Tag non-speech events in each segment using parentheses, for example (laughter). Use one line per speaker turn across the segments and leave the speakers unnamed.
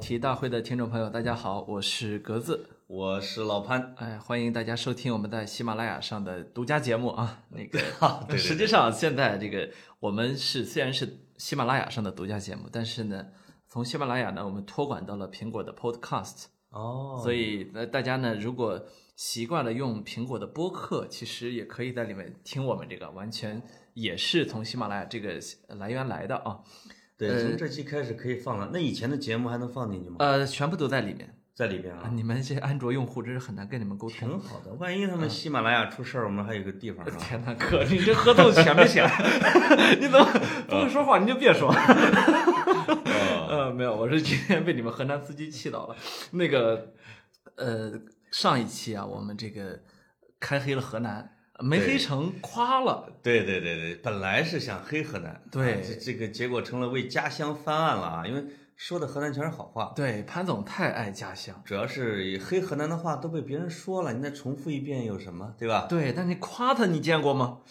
题大会的听众朋友，大家好，我是格子，
我是老潘。
哎，欢迎大家收听我们在喜马拉雅上的独家节目
(laughs)
啊。那个，
对对对
实际上现在这个我们是虽然是喜马拉雅上的独家节目，但是呢，从喜马拉雅呢，我们托管到了苹果的 Podcast，
哦
所以呃，大家呢如果习惯了用苹果的播客，其实也可以在里面听我们这个，完全也是从喜马拉雅这个来源来的啊。
对，从这期开始可以放了。那以前的节目还能放进去吗？
呃，全部都在里面。
在里边
啊，
啊，
你们这些安卓用户真是很难跟你们沟通。
挺好的。万一他们喜马拉雅出事儿，我们还有个地方是啊 (laughs)
(laughs)
吧？
天呐，哥，你这合同写没写？ (laughs) 你怎么不会说话？你就别说。 (laughs)
哦
呃，没有，我是今天被你们河南司机气到了。那个，呃，上一期啊，我们这个开黑了河南，没黑成，夸了。
对对对对，本来是想黑河南，
对
啊这这个结果成了为家乡翻案了啊，因为说的河南全是好话。
对，潘总太爱家乡。
主要是黑河南的话都被别人说了，你再重复一遍有什么，对吧？
对，但你夸他，你见过吗？ (laughs)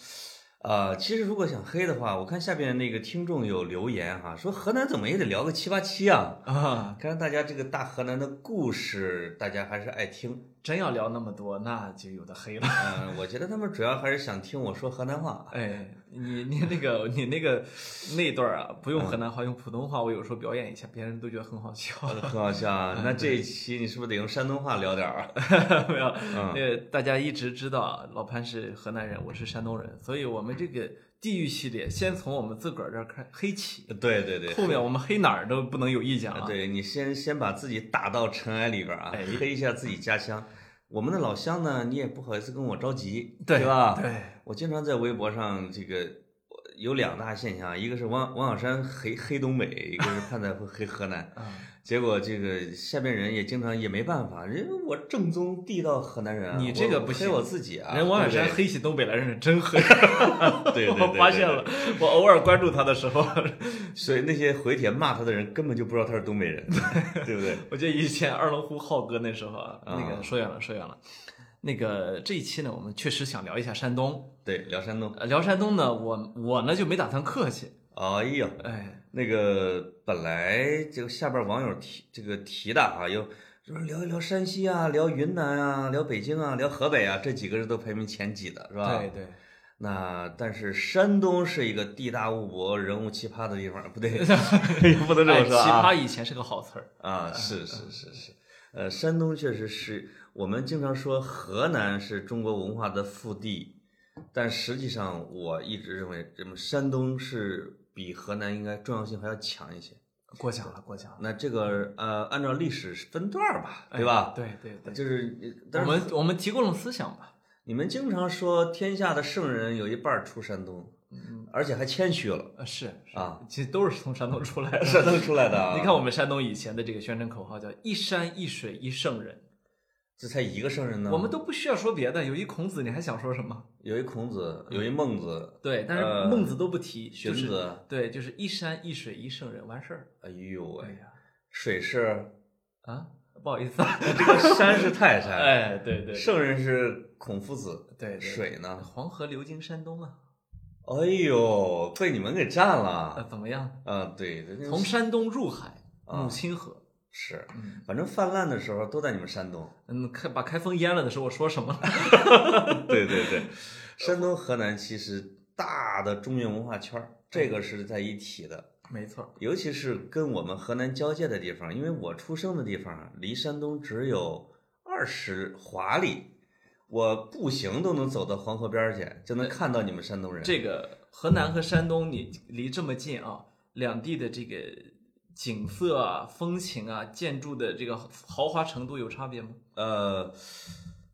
呃，其实如果想黑的话，我看下边那个听众有留言哈、说河南怎么也得聊个七八期啊。
啊，
看来大家这个大河南的故事，大家还是爱听。
真要聊那么多，那就有的黑了。 (laughs)
嗯、我觉得他们主要还是想听我说河南话。
哎，你你那个你那个那段儿啊，不用河南话，用普通话，我有时候表演一下，别人都觉得很好笑。 (laughs)
很好笑啊！那这一期你是不是得用山东话聊点儿啊？
没有，
嗯
呃，大家一直知道啊老潘是河南人，我是山东人，所以我们这个地域系列先从我们自个儿这儿开黑起，
对对对，
后面我们黑哪儿都不能有意见啊。
对你先先把自己打到尘埃里边儿啊
哎，
黑一下自己家乡。我们的老乡呢，你也不好意思跟我着急，
对
吧？
啊对，
我经常在微博上这个我有两大现象，啊一个是王王小山黑黑东北，一个是潘大夫黑河南。
啊，
结果这个下边人也经常也没办法，人家我正宗地道河南人啊，
你这个
我我
不行
黑我自己啊，
人王小
对不
山
对
黑起东北来人是真黑，
对对对
我发现了，我偶尔关注他的时候，
所以那些回帖骂他的人根本就不知道他是
(laughs)
东北人，对不对？
我记得以前二龙湖浩哥那时候啊，那个
啊
说远了说远了，那个这一期呢，我们确实想聊一下山东，
对，聊山东。
呃聊山东呢，我我呢就没打算客气，
哎呦，
哎，
那个本来这个下边网友提这个提的啊，有说聊一聊山西啊，聊云南啊，聊北京啊，聊河北啊，这几个是都排名前几的，是吧？
对。对。
那但是山东是一个地大物博、人物奇葩的地方，不对， (laughs) 也不能这么说啊。
哎奇葩以前是个好词儿，
啊，是是是是，呃，山东确实是我们经常说河南是中国文化的腹地，但实际上我一直认为，这么山东是比河南应该重要性还要强一些。
过奖了，过奖了，
那这个呃，按照历史分段儿吧，
哎
对吧？
对对对，
就是，
我
但是
们我们提供了思想吧，
你们经常说天下的圣人有一半儿出山东，而且还谦虚了，
呃是是
啊，
其实都是从山东出来的。
(laughs) 山东出来的啊。
(laughs) 你看我们山东以前的这个宣传口号叫“一山一水一圣人
这才一个圣人”，呢，
我们都不需要说别的，有一孔子，你还想说什么？
有一孔子，有一孟子，
对，但是
呃
孟子都不提，嗯
荀
就是
子，
对，就是一山一水一圣人，完事儿。
哎呦
哎
喂，
呀，
水是
啊，不好意思啊，
这个山是泰
(laughs)
山，
哎，对对
圣人是孔夫子，
对对，
水呢？
黄河流经山东啊，
哎呦，被你们给占
呃，
了
怎么样？
啊！对，这个
从山东入海，
啊
母亲河。
是，
嗯
反正泛滥的时候都在你们山东。 (laughs)
嗯，开把开封淹了的时候，我说什么了？ (laughs)
对对对，山东、河南其实大的中原文化圈儿，
嗯
这个是在一体的，
没错，
尤其是跟我们河南交界的地方，因为我出生的地方啊离山东只有二十华里。我步行都能走到黄河边儿去，就能看到你们山东人。
这个河南和山东你离这么近啊，两地的这个景色啊、风情啊、建筑的这个豪华程度有差别吗？
呃，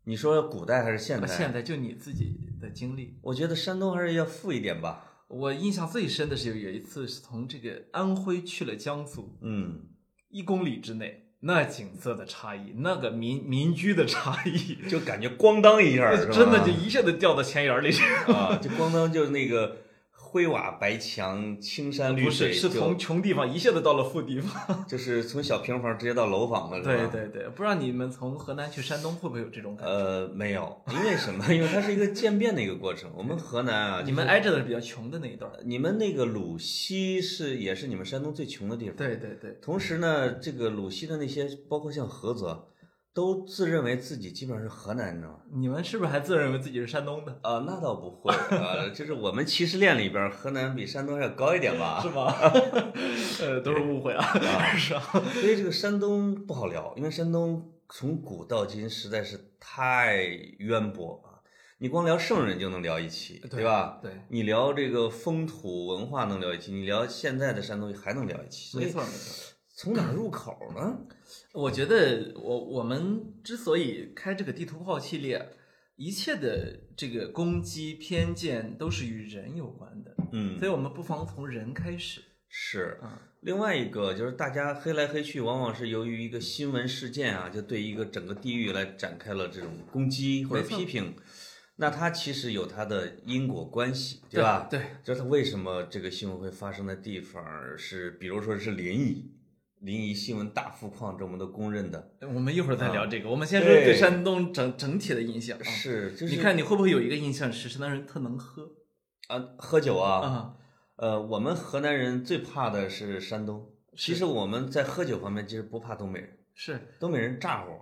你说古代还是现代？
啊
啊
现在就你自己的经历，
我觉得山东还是要富一点吧。
我印象最深的是有一次是从这个安徽去了江苏，
嗯，
一公里之内。那景色的差异，那个民民居的差异，
(laughs) 就感觉咣当一下儿，是吧
真的就一下子掉到钱眼儿里去。
啊，就咣当就那个灰瓦白墙、青山绿
不是，
水，
是从穷地方一下子到了富地方。
就就是从小平房直接到楼房了，是吧？
对对对，不知道你们从河南去山东会不会有这种感觉？
呃，没有，因为什么？因为 (laughs) 它是一个渐变的一个过程。我们河南啊，
你们挨着的是比较穷的那一段儿。
你们那个鲁西是也是你们山东最穷的地方。
对对对，
同时呢，这个鲁西的那些，包括像菏泽，都自认为自己基本上是河南人，你知道吗？
你们是不是还自认为自己是山东的？
啊、那倒不会，呃， (laughs) 就是我们歧视链里边，河南比山东还要高一点吧
是。吗？ (laughs) 呃，都是误会啊，是 (laughs) 啊，
所以这个山东不好聊，因为山东从古到今实在是太渊博啊。你光聊圣人就能聊一期，对吧？？
对，
你聊这个风土文化能聊一期，你聊现在的山东还能聊一期，所
没
以
错没错。
从哪儿入口
(clears throat)
呢？
我觉得我我们之所以开这个地图炮系列，一切的这个攻击偏见都是与人有关的，
嗯
所，以我们不妨从人开始
是。
啊。
另外一个就是大家黑来黑去，往往是由于一个新闻事件啊，就对一个整个地域来展开了这种攻击或者
没错
批评。那它其实有它的因果关系，吧？
对，
就是它为什么这个新闻会发生的地方是，比如说是临沂，临沂新闻大幅矿，这我们都公认的。
我们一会儿再聊这个。我们先说
对
啊对山东整整体的印象啊。
是，就
你
是
看你会不会有一个印象是山东人特能喝
啊，喝酒啊，
啊？
呃，我们河南人最怕的是山东。其
是
实我们在喝酒方面，其实不怕东北人，
是
东北人咋呼，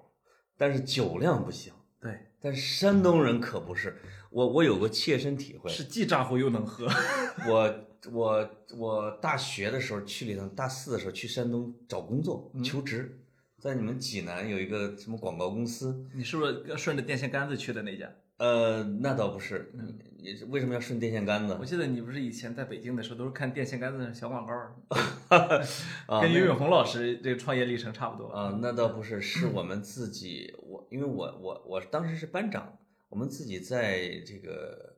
但是酒量不行。
对，
但山东人可不是，我我有过切身体会，
是既咋呼又能喝。 (laughs)
我我我大学的时候去了一趟，大四的时候去山东找工作
嗯
求职，在你们济南有一个什么广告公司，
你是不是顺着电线杆子去的那家？
呃，那倒不是，你你为什么要顺电线杆子
嗯我记得你不是以前在北京的时候都是看电线杆子上小广告儿，
啊？
跟
那
俞敏洪老师这个创业历程差不多。
啊，那倒不是，是我们自己，我因为我我我当时是班长，我们自己在这个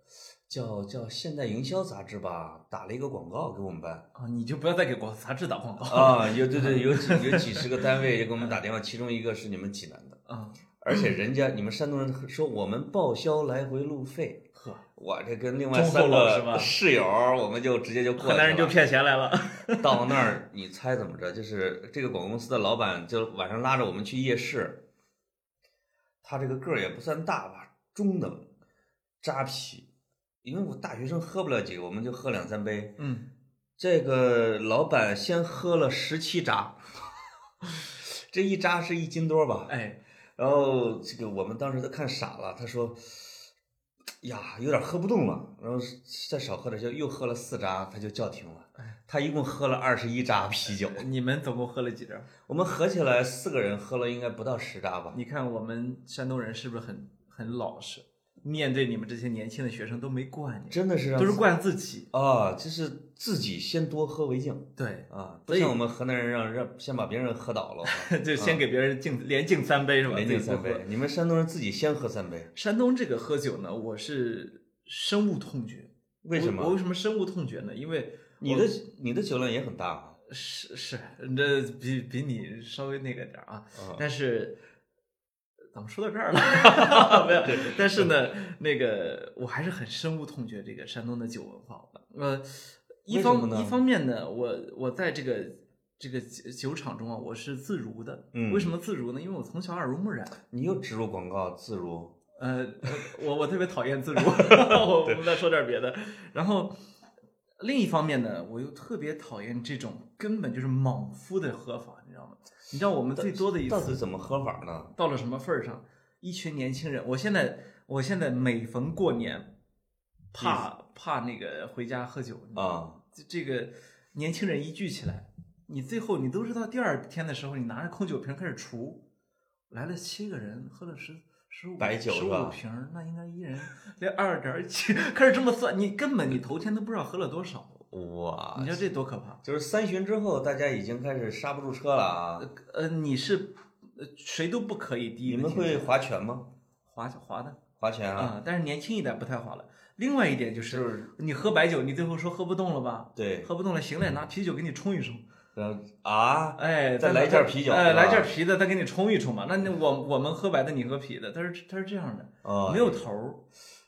叫叫现代营销杂志吧打了一个广告给我们班。
啊，你就不要再给广杂志打广告
啊，有对 (laughs) 对，有几有几十个单位也给我们打电话，其中一个是你们济南的，
啊，
而且人家你们山东人说我们报销来回路费，
呵，
我这跟另外
忠
三
厚了是
个
吧
室友，我们就直接就过去
河南人就
了。
骗钱来了。 (laughs)
到那儿，你猜怎么着？就是这个广告公司的老板就晚上拉着我们去夜市，他这个个儿也不算大吧，中等，扎啤。因为我大学生喝不了几个，我们就喝两三杯。
嗯，
这个老板先喝了十七扎， (laughs) 这一扎是一斤多吧？
哎，
然后这个我们当时都看傻了，他说：“呀，有点喝不动了。”然后再少喝点，就又喝了四扎，他就叫停了。
哎
他一共喝了二十一扎啤酒，
你们总共喝了几张？
我们合起来四个人喝了应该不到十扎吧？
你看我们山东人是不是很很老实？面对你们这些年轻的学生都没惯你，
真的是让
都是惯自己。
啊，就是自己先多喝为敬
对，
啊，不
所以
像我们河南人让让先把别人喝倒了啊，
(laughs) 就先给别人敬连敬三杯是吧？
连
自
敬
己不
三
喝
杯。你们山东人自己先喝三杯。
山东这个喝酒呢，我是深恶痛绝。
为什么
我我为什么深恶痛绝呢？因为
你的你的酒量也很大啊，
是是，这比比你稍微那个点儿啊，但是怎么说到这儿
(laughs)
了？没有，但是呢，那个我还是很深恶痛绝这个山东的酒文化。呃，一
为什么
方
呢
一方面呢，我我在这个这个酒酒厂中啊，我是自如的。
嗯
为什么自如呢？因为我从小耳濡目染。
你又植入广告自如，
呃，我我特别讨厌自如，我我们再说点别的。然后另一方面呢，我又特别讨厌这种根本就是莽夫的喝法，你知道吗？你知道我们最多的一
到底
次
怎么喝法呢？
到了什么份儿上？一群年轻人，我现在我现在每逢过年，怕怕那个回家喝酒，你知道吗
啊，
这这个年轻人一聚起来，你最后你都是到第二天的时候，你拿着空酒瓶开始除，来了七个人，喝了十十五
白酒
十
是
五
吧
瓶儿，那应该一人连二点几， (laughs) 开始这么算，你根本你头天都不知道喝了多少，
哇啊
你，知道这多可怕？
就是三巡之后，大家已经开始刹不住车了啊！
呃，你是呃谁都不可以第一
你
个
们
进去，
会划拳吗？
滑滑的
划拳啊？
啊、但是年轻一代不太滑了。另外一点就是，
就是
你喝白酒，你最后说喝不动了吧？
对，
喝不动了，行了，拿啤酒给你冲一冲。
然后啊，
哎，
再
咱
来件儿啤酒
哎，
是吧
来件儿啤的，再给你冲一冲嘛。那那我我们喝白的，你喝啤的，它是它是这样的，
哦，
没有头儿。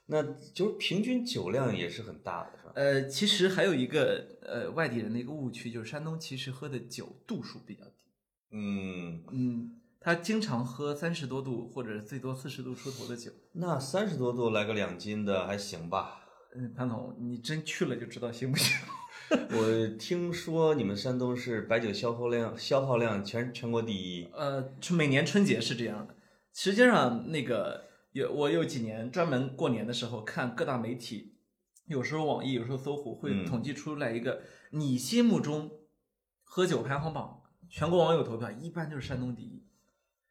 那就是平均酒量也是很大的，是吧？
呃，其实还有一个呃外地人的一个误区，就是山东其实喝的酒度数比较低，
嗯，
嗯，他经常喝三十多度或者最多四十度出头的酒。
那三十多度来个两斤的还行吧？
嗯，潘总，你真去了就知道行不行？
我听说你们山东是白酒消耗量消耗量全全国第一，
呃，春每年春节是这样的。实际上，那个有我有几年专门过年的时候看各大媒体，有时候网易，有时候搜狐会
嗯
统计出来一个你心目中喝酒排行榜，全国网友投票，一般就是山东第一。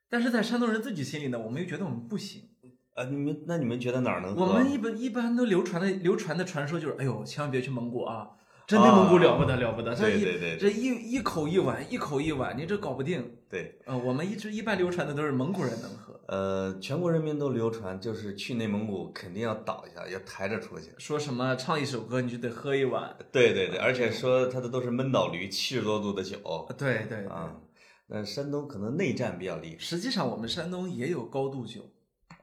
但是在山东人自己心里呢，我们又觉得我们不行。
啊，你们那你们觉得哪儿能喝？
我们一般一般都流传的流传的传说就是，哎呦，千万别去蒙古啊！真内蒙古了不得了不得，这
对
一
对对
这一一口一碗，一口一碗，你这搞不定。
对，
呃，我们一直一般流传的都是蒙古人能喝，
呃，全国人民都流传就是去内蒙古肯定要倒一下，要抬着出去。
说什么唱一首歌你就得喝一碗。
对对对，而且说它的都是闷倒驴，七十多度的酒
呃对对，
啊。那山东可能内战比较厉害，啊
实际上我们山东也有高度酒，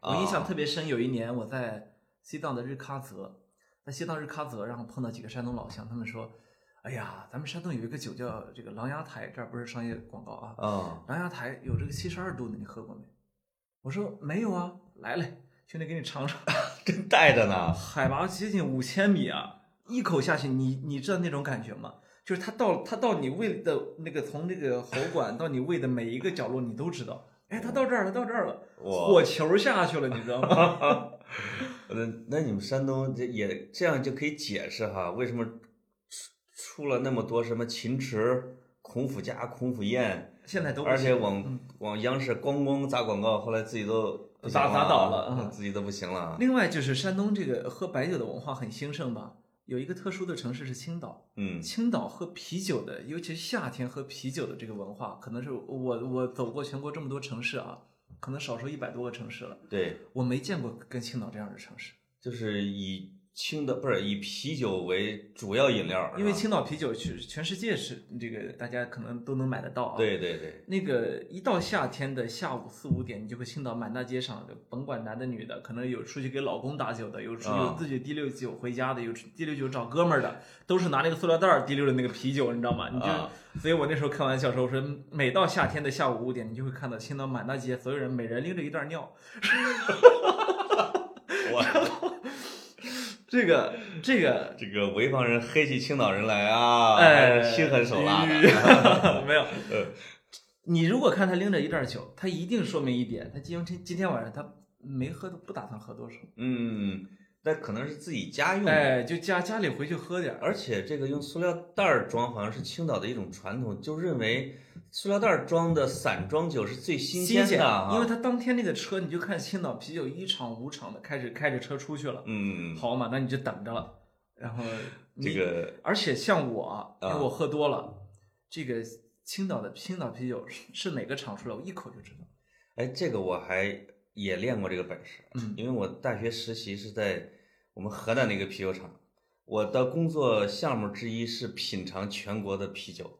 我印象特别深。有一年我在西藏的日喀则，在西藏日喀则，然后碰到几个山东老乡，他们说：“哎呀，咱们山东有一个酒叫这个狼牙台，这儿不是商业广告啊，
啊，
狼牙台有这个七十二度的，你喝过没？”我说：“没有啊，来来，兄弟给你尝尝。”
真带着呢。
海拔接近五千米啊，一口下去，你你知道那种感觉吗？就是它到它到你胃的那个从那个喉管到你胃的每一个角落，你都知道。哎，它到这儿了，到这儿了，
我
火球下去了，你知道吗？ (laughs)
那那你们山东这也这样就可以解释哈，为什么出出了那么多什么秦池、孔府家、孔府宴，
现在都嗯不
而且
行
往往央视咣咣砸广告，后来自己都不行
砸砸倒
啊
了嗯
自己都不行了。
另外就是山东这个喝白酒的文化很兴盛吧？有一个特殊的城市是青岛，
嗯
青岛喝啤酒的，尤其是夏天喝啤酒的这个文化，可能是我我走过全国这么多城市啊，可能少说一百多个城市了，
对，
我没见过跟青岛这样的城市。
就是以清的不是以啤酒为主要饮料，
因为
清
青岛啤酒是全世界是这个大家可能都能买得到啊。，
对对对，
那个一到夏天的下午四五点，你就会青岛满大街上，甭管男的女的，可能有出去给老公打酒的，有出
啊
有自己滴溜酒回家的，有出滴溜酒找哥们儿的，都是拿那个塑料袋儿滴溜的那个啤酒，你知道吗？你就，
啊
所以我那时候开玩笑说，我说每到夏天的下午五点，你就会看到青岛满大街所有人每人拎着一袋尿，
我
这个这个
(laughs) 这个潍坊人黑起青岛人来啊，
哎，
心狠手辣的。
的，哎
(laughs)
没有
呃。
你如果看他拎着一袋酒，他一定说明一点，他今天今天晚上他没喝，不打算喝多少，
嗯，那可能是自己家用的，
哎，就家家里回去喝点儿。
而且这个用塑料袋儿装好像是青岛的一种传统，就认为塑料袋儿装的散装酒是最新
鲜
鲜的啊哈，
因为他当天那个车，你就看青岛啤酒一厂五厂的开始开着车出去了，
嗯，
好嘛，那你就等着了。然后你
这，个
而且像我，因为
啊
我喝多了，这个青岛的青岛啤酒是是哪个厂出来，我一口就知道。
哎，这个我还也练过这个本事，
嗯
因为我大学实习是在我们河南的一个啤酒厂，我的工作项目之一是品尝全国的啤酒，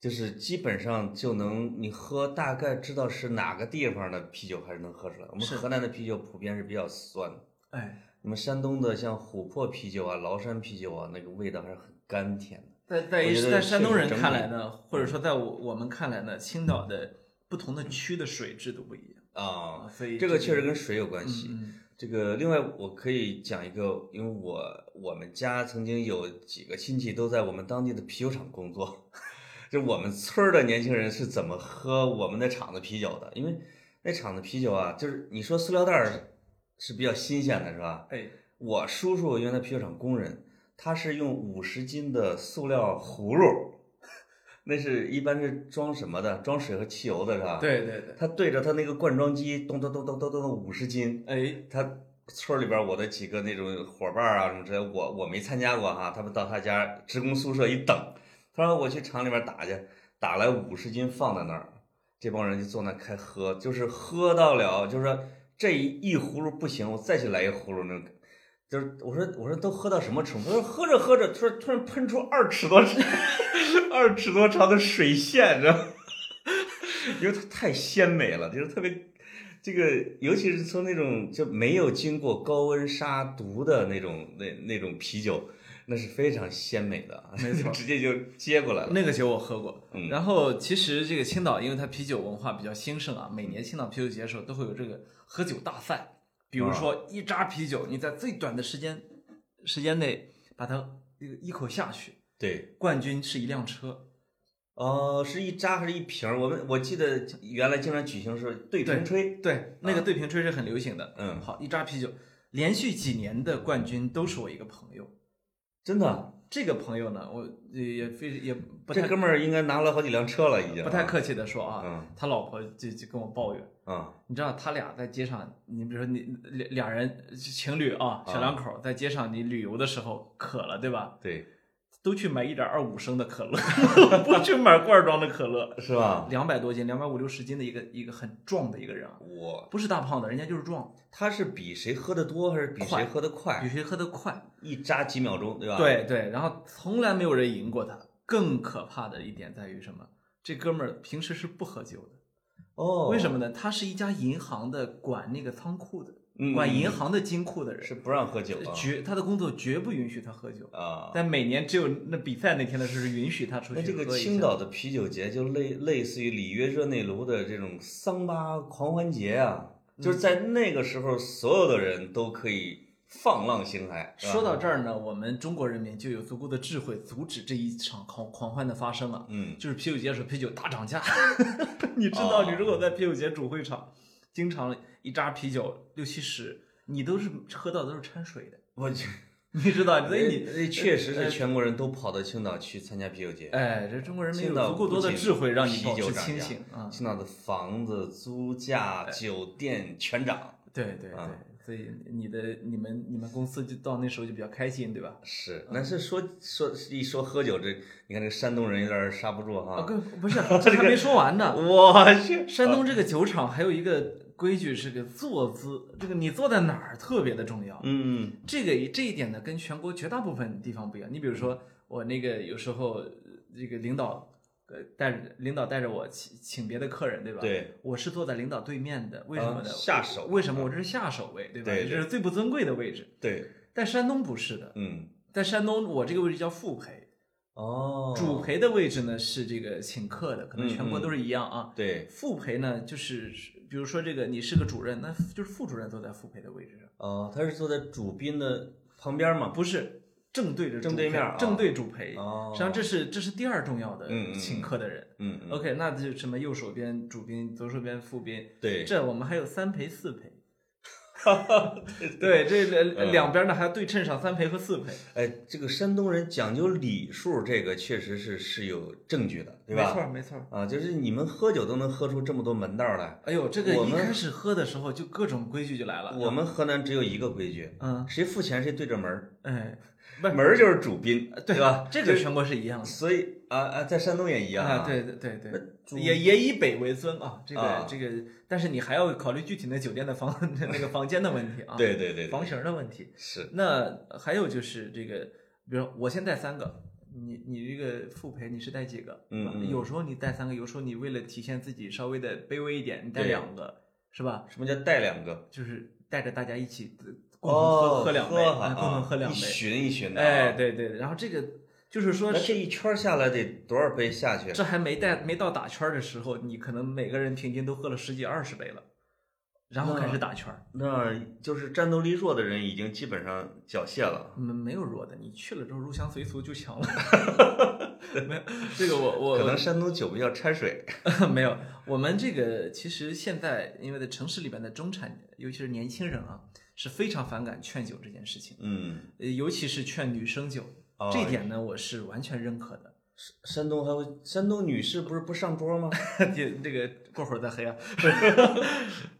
就是基本上就能你喝大概知道是哪个地方的啤酒还是能喝出来。我们
是
河南的啤酒普遍是比较酸的，
哎，
你们山东的像琥珀啤酒啊、崂山啤酒啊，那个味道还是很甘甜的。
在在
我
一
觉得
在山东人
确实
看
整嗯
来呢，或者说在我我们看来呢，青岛的不同的区的水质都不一样
啊、
啊，所以
这个确实
跟
跟水有关系。
嗯
这个，另外我可以讲一个，因为我我们家曾经有几个亲戚都在我们当地的啤酒厂工作， (laughs) 就我们村儿的年轻人是怎么喝我们那厂子啤酒的？因为那厂子啤酒啊，就是你说塑料袋儿是比较新鲜的，是吧？
哎
我叔叔原来啤酒厂工人，他是用五十斤的塑料葫芦， (laughs) 那是一般是装什么的？装水和汽油的是吧？，
对对对，
他对着他那个灌装机，咚咚咚咚咚咚咚五十斤。
哎
他村儿里边儿我的几个那种伙伴儿啊什么之类，我我没参加过哈，他们到他家职工宿舍一等，他说我去厂里边打去，打来五十斤放在那儿，这帮人就坐那开喝，就是喝到了，就是说这一一葫芦不行，我再去来一葫芦那种。就是我说我说都喝到什么程度？他说喝着喝着，突然突然喷出二尺多长 (laughs) 二尺多 (laughs) 长的水线，你知道吗？因为它太鲜美了，就是特别这个尤其是从那种就没有经过高温杀毒的那种那那种啤酒，那是非常鲜美的啊，
没错
(laughs) 直接就接过来了。
那个酒我喝过
嗯，
然后其实这个青岛，因为它啤酒文化比较兴盛啊，每年青岛啤酒节的时候都会有这个喝酒大赛，比
啊
如说一扎啤酒，你在最短的时间时间内把它这个一口下去，
对，
冠军是一辆车，
哦，是一扎还是一瓶儿？我们我记得原来经常举行是对
对
瓶吹，
对，那个对瓶吹是很流行的。
啊嗯
好，一扎啤酒，连续几年的冠军都是我一个朋友。
真的，
这个朋友呢，我呃也非也不
这
太
哥们儿应该拿了好几辆车了，已经
不太客气的说啊，
嗯
他老婆就就跟我抱怨。
啊
你知道他俩在街上，你比如说你俩俩人情侣啊，小两口在街上，你旅游的时候渴了，对吧？
对，
都去买一点二五升的可
(laughs)
乐，不去买罐装的可乐。
是吧？
两百多斤，两百五六十斤的一个一个很壮的一个人啊，
我
不是大胖子，人家就是壮，
他是比谁喝的多，还是比
快
谁喝的
比
快？
谁喝得快。
一扎几秒钟，对吧？
对对，然后从来没有人赢过他。更可怕的一点在于什么？这哥们儿平时是不喝酒的，
哦，
为什么呢？他是一家银行的管那个仓库的，
嗯
管银行呃的金库的人。
是不让喝酒啊？
绝他的工作绝不允许他喝酒，
啊，
但每年只有那比赛那天的时候是允许他出去喝
那这个
一
青
下
岛的啤酒节就类类似于里约热内卢的这种桑巴狂欢节啊，
嗯
就是在那个时候，所有的人都可以放浪形骸。是吧
说到这儿呢，我们中国人民就有足够的智慧阻止这一场狂狂欢的发生啊了。
嗯，
就是啤酒节的时候，啤酒大涨价。 (laughs) 哦你知道，你如果在啤酒节主会场，经常一扎啤酒六七十，你都是喝到都是掺水的，
(laughs) 我去，
你知道？所以你
那确实是全国人都跑到青岛去参加啤酒节。
哎，这中国人民有
青岛
足够多的
不仅
智慧让你
啤
保
酒
持
涨
清
价
醒啊！
青岛的房子、租价、酒店全涨，
对对对
啊，
所以你的你们你们公司就到那时候就比较开心，对吧？
是。那是说说一说喝酒，这你看这个山东人有点刹不住
啊，
哈。 (laughs)
不不是， (laughs) 这还没说完呢。
我去，
山东这个酒厂还有一个规矩是个坐姿，这个你坐在哪儿特别的重要。
嗯，
这个这一点呢，跟全国绝大部分地方不一样。你比如
嗯
说，我那个有时候呃这个领导呃带着领导带着我请请别的客人，对吧？，
对，
我是坐在领导对面的，为什么呢？
啊下手
为什么我这是下手位，对吧？
对对
这是最不尊贵的位置。
对，
但山东不是的，
嗯，
在山东我这个位置叫副陪，
哦，
主陪的位置呢是这个请客的，可能全国
嗯嗯
都是一样啊。
对，
副陪呢，就是比如说这个你是个主任，那就是副主任坐在副陪的位置上，
哦，他是坐在主宾的旁边嘛？
不是正对着主
正对面啊
正对主陪。
哦
实际上这是这是第二重要的
嗯嗯嗯
请客的人。
嗯嗯
OK，那就什么右手边主宾，左手边副宾，
对，
这我们还有三陪四
(laughs)
陪。对，这两
嗯
两边呢还要对称上三陪和四陪，
哎，这个山东人讲究礼数，这个确实是是有证据的，对吧？
没错没错。
啊，就是你们喝酒都能喝出这么多门道来，
哎呦，这个
我
一
们
开始喝的时候就各种规矩就来了。
我们河南只有一个规矩，
嗯，
谁付钱谁对着门儿，
哎，不是
门儿就是主宾，对吧？
呃这个全国是一样的。
所以啊啊，在山东也一样
啊，对对对对，
主
也也以北为尊啊，这个、
啊
这个，但是你还要考虑具体的酒店的房 (laughs) 那个房间的问题啊，
对对对对，
房型的问题。
是，
那还有就是这个，比如我先带三个，你你这个复陪你是带几个？
嗯
是吧
嗯
有时候你带三个，有时候你为了体现自己稍微的卑微一点，你带
对
两个，是吧？
什么叫带两个？
就是带着大家一起呃共同喝、
哦，
喝两杯，
哈
哎共同喝两
啊
杯，
一巡一巡的，
哎，。对对，然后这个就是说
那这一圈儿下来得多少杯下去？
这还没带没到打圈儿的时候，你可能每个人平均都喝了十几二十杯了，然后开始打圈儿。
那就是战斗力弱的人已经基本上缴械了。
没没有弱的，你去了之后入乡随俗就强了。 (laughs) 没有这个我我
可能山东酒比较掺水。
(laughs) 没有，我们这个其实现在因为在城市里边的中产，尤其是年轻人啊，是非常反感劝酒这件事情，
嗯，
呃尤其是劝女生酒，
哦
这一点呢我是完全认可的。 (laughs)
山东还会，山东女士不是不上桌吗？
这这个过会儿再黑啊。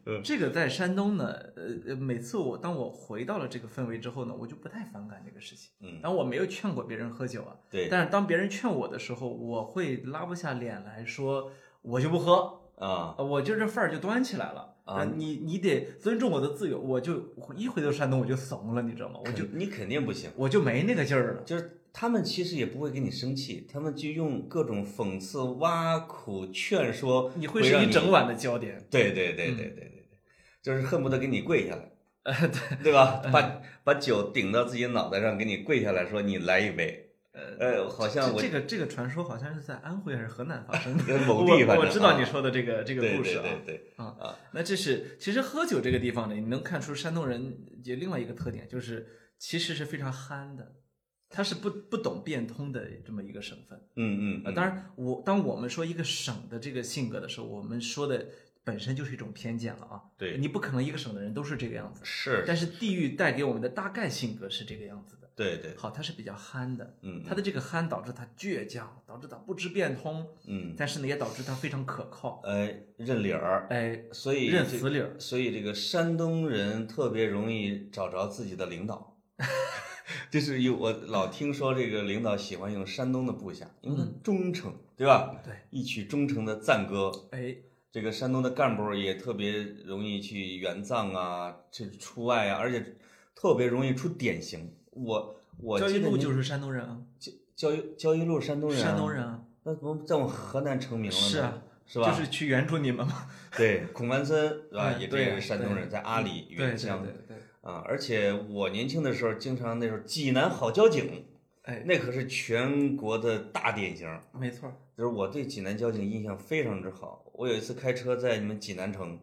嗯
(laughs) 这个在山东呢，呃，呃每次我当我回到了这个氛围之后呢，我就不太反感这个事情。
嗯，
然后我没有劝过别人喝酒啊，
对
但是当别人劝我的时候，我会拉不下脸来说，我就不喝，
啊
呃我就这范儿就端起来了。
啊
呃你你得尊重我的自由，我就一回到山东我就怂了，你知道吗？我就
你肯定不行。
我就没那个劲儿了。
就是他们其实也不会跟你生气，他们就用各种讽刺、挖苦、劝说，
你会
会
是
让
一
你
整晚的焦点。嗯
对对对对对对对。就是恨不得给你跪下来，
呃， (laughs) 对，
对吧？把把酒顶到自己脑袋上，给你跪下来说你来一杯。呃，好像我
这个这个传说好像是在安徽还是河南发
(laughs)
生的
在某地反
我我
正
知
啊
道你说的这个这个
对
故
对
事啊。
对对
啊
啊，
那这是其实喝酒这个地方呢，你能看出山东人也另外一个特点，就是其实是非常憨的，他是不不懂变通的这么一个省份。
嗯嗯
啊，
嗯，
当然我当我们说一个省的这个性格的时候，我们说的本身就是一种偏见了啊。
对
你不可能一个省的人都是这个样子，
是，
但是地域带给我们的大概性格是这个样子的。
对对，
好，他是比较憨的，
嗯，
他的这个憨导致他倔强，导致他不知变通，
嗯
但是呢，也导致他非常可靠，
呃认理儿，
哎，
所以
认
这
死理儿。
所以这个山东人特别容易找着自己的领导，
(laughs)
就是有我老听说这个领导喜欢用山东的部下，因为他
嗯
忠诚，对吧？
对，
一曲忠诚的赞歌，
哎，
这个山东的干部也特别容易去援藏啊，去出外啊，而且特别容易出典型。我我
焦
记
裕
得
禄
您
就是山东人啊，
焦裕焦裕禄山东人、
山东，人啊，
那怎么在我们河南成名了呢？
是啊，
是吧？
就是去援助你们
(laughs)
嘛。
对，孔繁森是吧？
嗯
也这
对
也
啊
是山东
对嗯
人，在阿里
对对
原乡。
对对，
啊，而且我年轻的时候，经常那时候济南好交警，
哎，
那可是全国的大典型。
没错儿，
就是我对济南交警印象非常之好。我有一次开车在你们济南城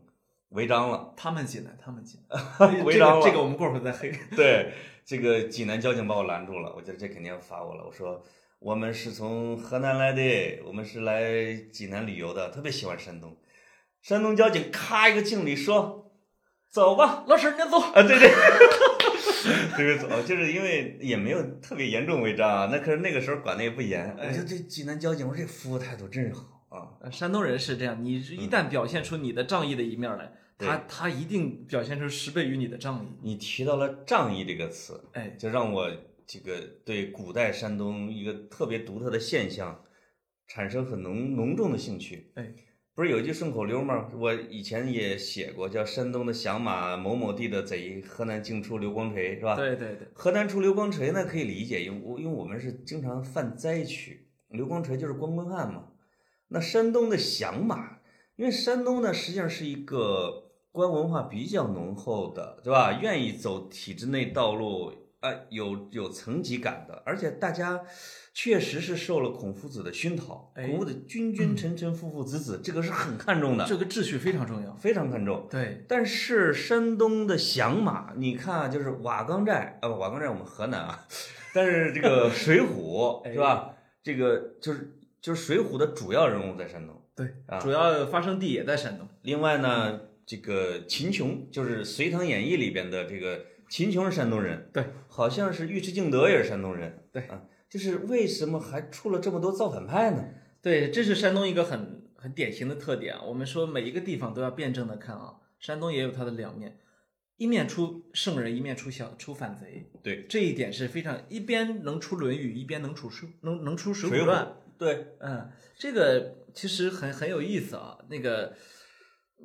违章
(laughs)
了，，
他们济南，他们济南
(laughs) 违章了
这个这个我们过会儿再黑。
对，这个济南交警把我拦住了，我觉得这肯定要罚我了。我说我们是从河南来的，我们是来济南旅游的，特别喜欢山东。山东交警咔一个敬礼说：“走吧。”
老师，您走。
啊，对对，对对，哦， (laughs) 就是因为也没有特别严重违章啊，那可是那个时候管的也不严。我
哎
觉得这济南交警，我说这服务态度真是好啊。
呃山东人是这样，你一旦表现出你的仗义的一面儿来，
对
他他一定表现出十倍于你的仗义。
你提到了仗义这个词，
哎，
就让我这个对古代山东一个特别独特的现象产生很浓浓重的兴趣。
哎，
不是有一句顺口溜吗？我以前也写过，叫“山东的响马，某某地的贼，河南竟出刘光锤”，是吧？
对对对，
河南出刘光锤呢，可以理解，因为我因为我们是经常犯灾区，刘光锤就是光棍汉嘛。那山东的响马，因为山东呢实际上是一个官文化比较浓厚的，对吧？愿意走体制内道路，啊、有有层级感的，而且大家确实是受了孔夫子的熏陶，
哎
孔夫子君君臣臣父父子子，这个是很看重的，
嗯这个秩序非常重要。
非常看重。
对，
但是山东的响马，你看啊，就是瓦岗寨啊，不，瓦岗寨我们河南啊， (laughs) 但是这个《
(laughs)
水浒》
哎
是吧？这个就是就是《水浒》的主要人物在山东。
对
啊
主要发生地也在山东。
另外呢，这个秦琼就是《隋唐演义》里边的这个秦琼是山东人，
对，
好像是尉迟敬德也是山东人，
对
啊，就是为什么还出了这么多造反派呢？
对，这是山东一个很很典型的特点啊。我们说每一个地方都要辩证的看啊，山东也有它的两面，一面出圣人，一面出小出反贼。
对，
这一点是非常一边能出《论语》，一边能出水能能出《水
水
浒
浒
传》。
对，
嗯，这个其实很很有意思啊。那个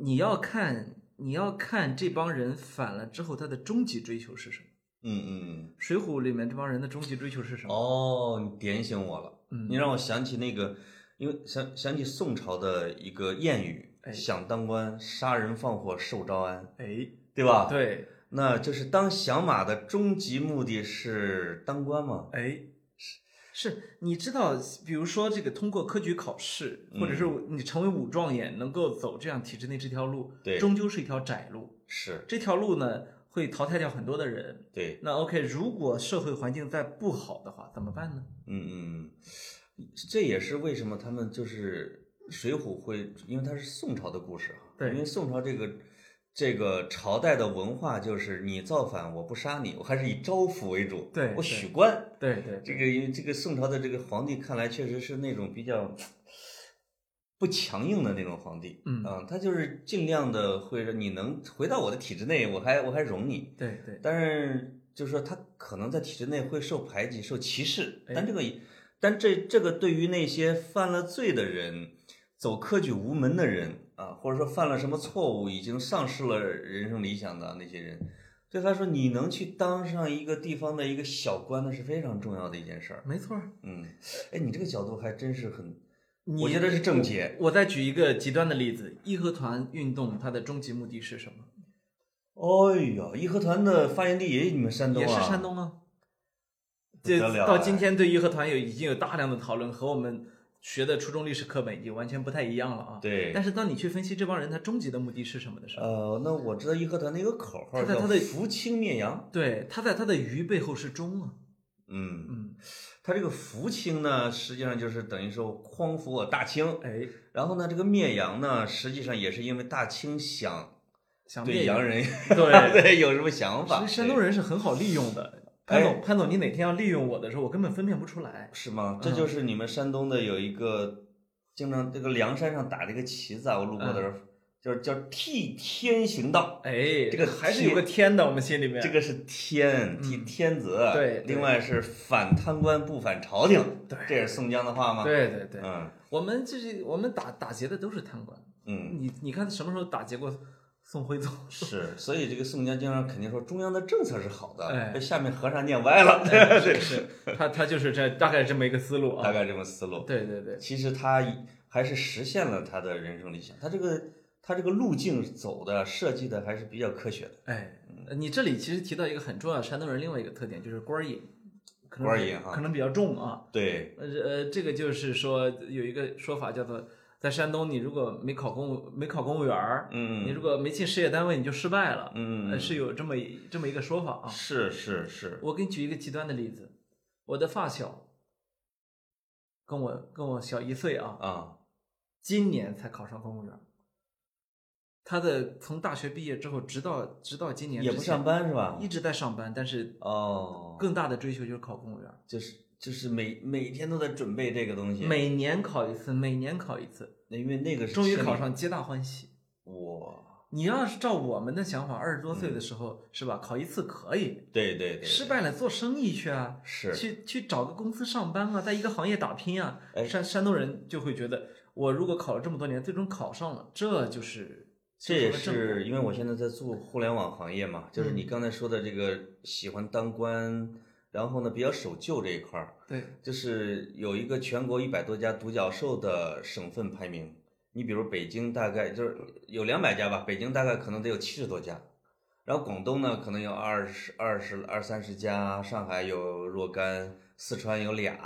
你要看你要看这帮人反了之后，他的终极追求是什么？
嗯嗯，
《水浒》里面这帮人的终极追求是什
嗯
么？
哦，你点醒我了。
嗯，
你让我想起那个，因为想想起宋朝的一个谚语
哎，“
想当官，杀人放火受招安
哎，”，
对吧？，
对，
那就是当响马的终极目的是当官嘛？
哎，是是，你知道，比如说这个通过科举考试，或者是
嗯
你成为武状元，能够走这样体制内这条路，
对
终究是一条窄路。
是，
这条路呢，会淘汰掉很多的人。
对，
那 OK，如果社会环境再不好的话，怎么办呢？
嗯嗯嗯，这也是为什么他们就是《水浒》会，因为它是宋朝的故事啊，
对
因为宋朝这个。这个朝代的文化就是你造反，我不杀你，我还是以招抚为主，
对对
我许官，
对对，
这个因为这个宋朝的这个皇帝看来确实是那种比较不强硬的那种皇帝，
嗯
啊他就是尽量的会让你能回到我的体制内，我还我还容你，
对对，
但是就是说他可能在体制内会受排挤、受歧视，
哎
但这个也但这这个对于那些犯了罪的人、走科举无门的人啊，或者说犯了什么错误、已经丧失了人生理想的那些人。对他说，你能去当上一个地方的一个小官，那是非常重要的一件事儿。
没错儿。
嗯，哎，你这个角度还真是很，
你
我觉得是正解。
我再举一个极端的例子，义和团运动它的终极目的是什么？
哦呦，义和团的发源地也是你们山东
也
啊？
是山东啊。
不
这
得了啊
到今天对义和团有已经有大量的讨论，和我们学的初中历史课本已经完全不太一样了啊。
对
但是当你去分析这帮人他终极的目的是什么的时候，
呃，那我知道义和团的一个口号
他在
叫
他的
“扶清灭洋
对，他在他的鱼背后是忠啊。”。
嗯，
嗯，
他这个扶清呢，实际上就是等于说匡扶我大清。
哎，
然后呢，这个灭洋呢，实际上也是因为大清想
想
对
灭
洋人
对，
(laughs) 对有什么想
其
法？
实山东人是很好利用的。
哎
潘总，潘总，你哪天要利用我的时候，我根本分辨不出来
对。是吗？
嗯
这就是你们山东的有一个经常这个梁山上打这个旗子啊，我路过的时候，
嗯
就是叫替天行道。
哎，
这个
还是
天
有个天的，我们心里面。
这个是天替天子，
嗯对对
另外是反贪官不反朝廷，
对
这是宋江的话吗？，
对对对，
嗯
我们这是我们打打劫的都是贪官。
嗯，
你你看什么时候打劫过宋徽宗？
是，所以这个宋江经常肯定说中央的政策是好的，
哎
被下面和尚念歪了， (laughs)
是是，他他就是这大概这么一个思路
大
啊。
概这嗯么思路。
对对对，
其实他还是实现了他的人生理想，他这个他这个路径走的设计的还是比较科学的。
哎，呃你这里其实提到一个很重要，山东人另外一个特点就是官儿瘾，可能
官儿瘾啊
可能比较重啊。
对，
呃呃，这个就是说有一个说法叫做，在山东你如果没考公务没考公务员儿，你
嗯
如果没进事业单位，你就失败了，
嗯
呃是有这么一这么一个说法啊。
是是是，
我给你举一个极端的例子，我的发小跟我跟我小一岁啊，
啊，
今年才考上公务员儿。他的从大学毕业之后，直到直到今年
也
之
不
前
上，班是吧？
一直在上班，但是
哦，
更大的追求就是考公务员儿，
就是就是每每天都在准备这个东西，
每年考一次，每年考一次，
那因为那个是
终于
心里
考上，皆大欢喜。
哇，
你要是照我们的想法，二十多岁的时候、是吧？考一次可以，
对嗯对对，
失败了做生意去啊，
是
去去找个公司上班啊，在一个行业打拼啊。
哎
山山东人就会觉得，我如果考了这么多年，最终考上了，这就是
这也
就是正嗯
是因为我现在在做互联网行业嘛，就是你刚才说的这个喜欢当官，然后呢比较守旧这一块儿，
对
就是有一个全国一百多家独角兽的省份排名，你比如北京大概就是有两百家吧，北京大概可能得有七十多家，然后广东呢可能有二十二十二三十家，上海有若干，四川有俩，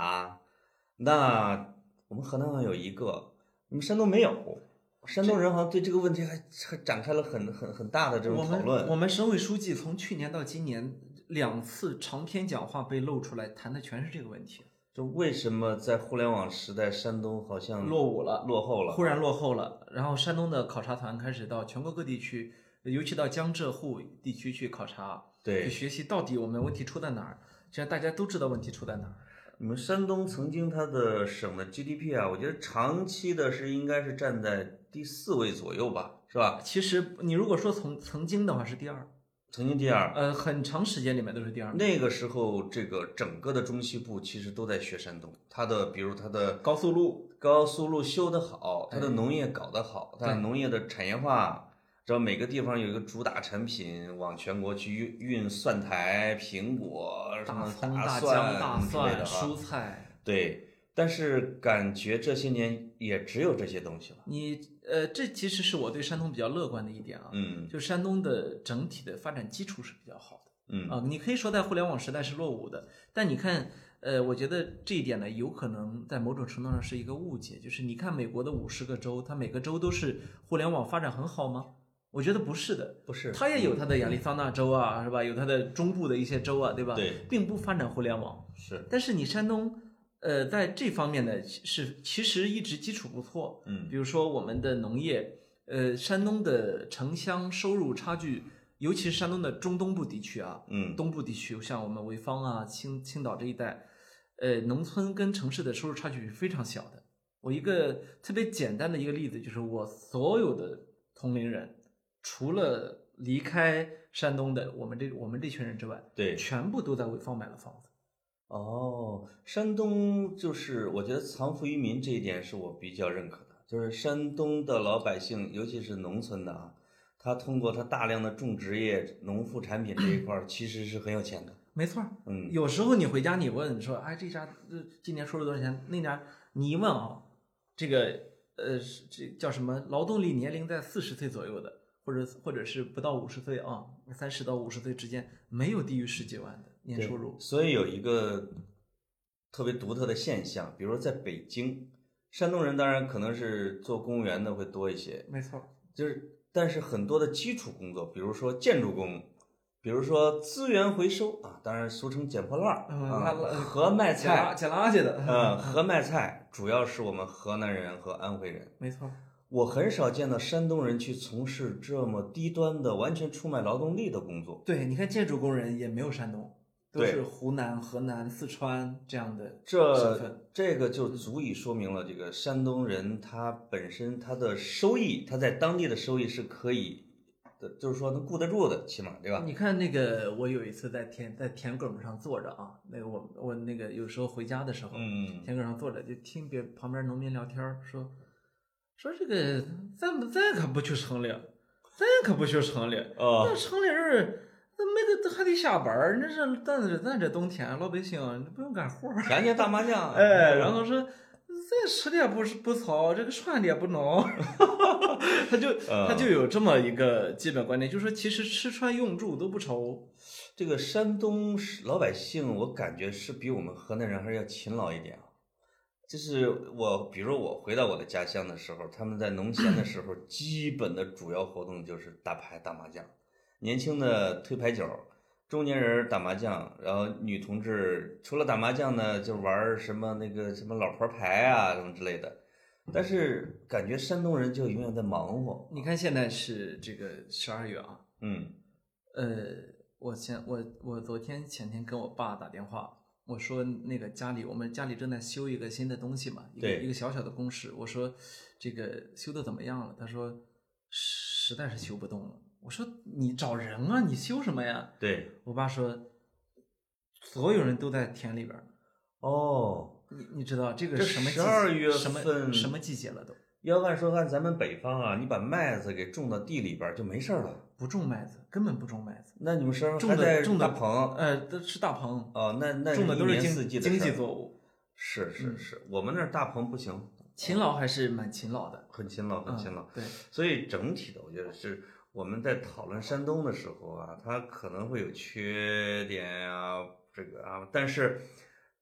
那我们河南好像有一个，你们山东没有。山东人好像对这个问题还还展开了很很很大的这种
我
讨
们
论。
我们省委书记从去年到今年两次长篇讲话被露出来，谈的全是这个问题，
就为什么在互联网时代，山东好像
落伍了。
嗯落后了？
忽然落后了。然后山东的考察团开始到全国各地去，尤其到江浙沪地区去考察，去
对，
学习到底我们问题出在哪儿。现在大家都知道问题出在哪儿。
你们山东曾经它的省的 GDP 啊，我觉得长期的是应该是站在第四位左右吧，是吧？
其实你如果说从曾经的话是第二，
曾经第二，
呃，很长时间里面都是第二。
那个时候这个整个的中西部其实都在学山东，它的比如它的
高速路，
高速路修得好，它的
哎
农业搞得好，它的
对
农业的产业化，然后每个地方有一个主打产品往全国去运运蒜苔、苹果、什
大
么
葱、大姜、
嗯蒜、
大
之类的
蒜、
啊
蔬菜。
对，但是感觉这些年也只有这些东西了。
你呃，这其实是我对山东比较乐观的一点啊。
嗯
就山东的整体的发展基础是比较好的。
嗯
啊，你可以说在互联网时代是落伍的，但你看，呃，我觉得这一点呢，有可能在某种程度上是一个误解，就是你看美国的五十个州，它每个州都是互联网发展很好吗？我觉得不是的，
不是，嗯
它也有它的亚利桑那州啊，是吧？有它的中部的一些州啊，对吧？
对，
并不发展互联网，
是，
但是你山东，呃，在这方面呢，是其实一直基础不错，
嗯
比如说我们的农业，呃，山东的城乡收入差距，尤其是山东的中东部地区啊，
嗯，
东部地区像我们潍坊啊、青青岛这一带，呃，农村跟城市的收入差距是非常小的。我一个特别简单的一个例子就是，我所有的同龄人，除了离开山东的我们这我们这群人之外，
对。
全部都在潍坊买了房子。
哦，山东就是我觉得藏富于民这一点是我比较认可的，就是山东的老百姓，尤其是农村的啊，他通过他大量的种植业、农副产品这一块儿，其实是很有钱的。
没错儿，
嗯，
有时候你回家，你问说，哎，这家呃今年收入多少钱？那家你一问啊，这个呃，是这叫什么？劳动力年龄在四十岁左右的，或者或者是不到五十岁啊，三十到五十岁之间，没有低于十几万的年收入。
所以有一个特别独特的现象，比如说在北京，山东人当然可能是做公务员的会多一些，
没错，
就是但是很多的基础工作，比如说建筑工，比如说资源回收啊，当然俗称捡破烂儿
嗯
啊
那那，
和卖
捡垃
菜，
捡垃圾的，
嗯，和卖菜主要是我们河南人和安徽人。
(laughs) 没错，
我很少见到山东人去从事这么低端的、完全出卖劳动力的工作。
对，你看建筑工人也没有山东，都
对
是湖南、河南、四川这样的省份
这这个就足以说明了，这个山东人他本身他的收益，他在当地的收益是可以的，就是说能顾得住的，起码对吧？
你看那个，我有一次在田在田埂上坐着啊，那个我我那个有时候回家的时候，
嗯，
田埂上坐着就听别旁边农民聊天儿说，说这个咱不咱可不去城里，咱可不去城里，
哦
那，城里人那没个还得下班儿，那是咱这咱这冬天老百姓你不用干活儿， (laughs)
天天打麻将，
哎，然后说。咱吃的也不是不糙，这个穿的也不孬， (laughs) 他就他就有这么一个基本观念，就是说其实吃穿用住都不愁，
这个山东是老百姓，我感觉是比我们河南人还是要勤劳一点啊。就是我，比如我回到我的家乡的时候，他们在农闲的时候，基本的主要活动就是打牌、打麻将，年轻的推牌九，中年人打麻将，然后女同志除了打麻将呢，就玩什么那个什么老婆牌啊什么之类的。但是感觉山东人就永远在忙活，
你看现在是这个十二月啊，
嗯
呃，我前我我昨天前天跟我爸打电话，我说那个家里我们家里正在修一个新的东西嘛，一个
对
一个小小的工事，我说这个修的怎么样了？他说实在是修不动了。我说你找人啊，你修什么呀？
对，
我爸说所有人都在田里边儿，
哦，
你你知道这个
这
什么季
12月
什么
份
什么季节了都
要按说按咱们北方啊，你把麦子给种到地里边儿就没事儿了。
不种麦子，根本不种麦子，
那你们身上
种
还
的
在
种的
大棚
呃，都是大棚。
哦，那那
种的
一
都是
年
经
四季的
经
事
济
儿
作物，
是
嗯
是是，我们那儿大棚不行，
勤劳还是蛮勤劳的，
很勤劳，很勤劳。
嗯。对，
所以整体的，我觉得是我们在讨论山东的时候啊，它可能会有缺点啊，这个啊，但是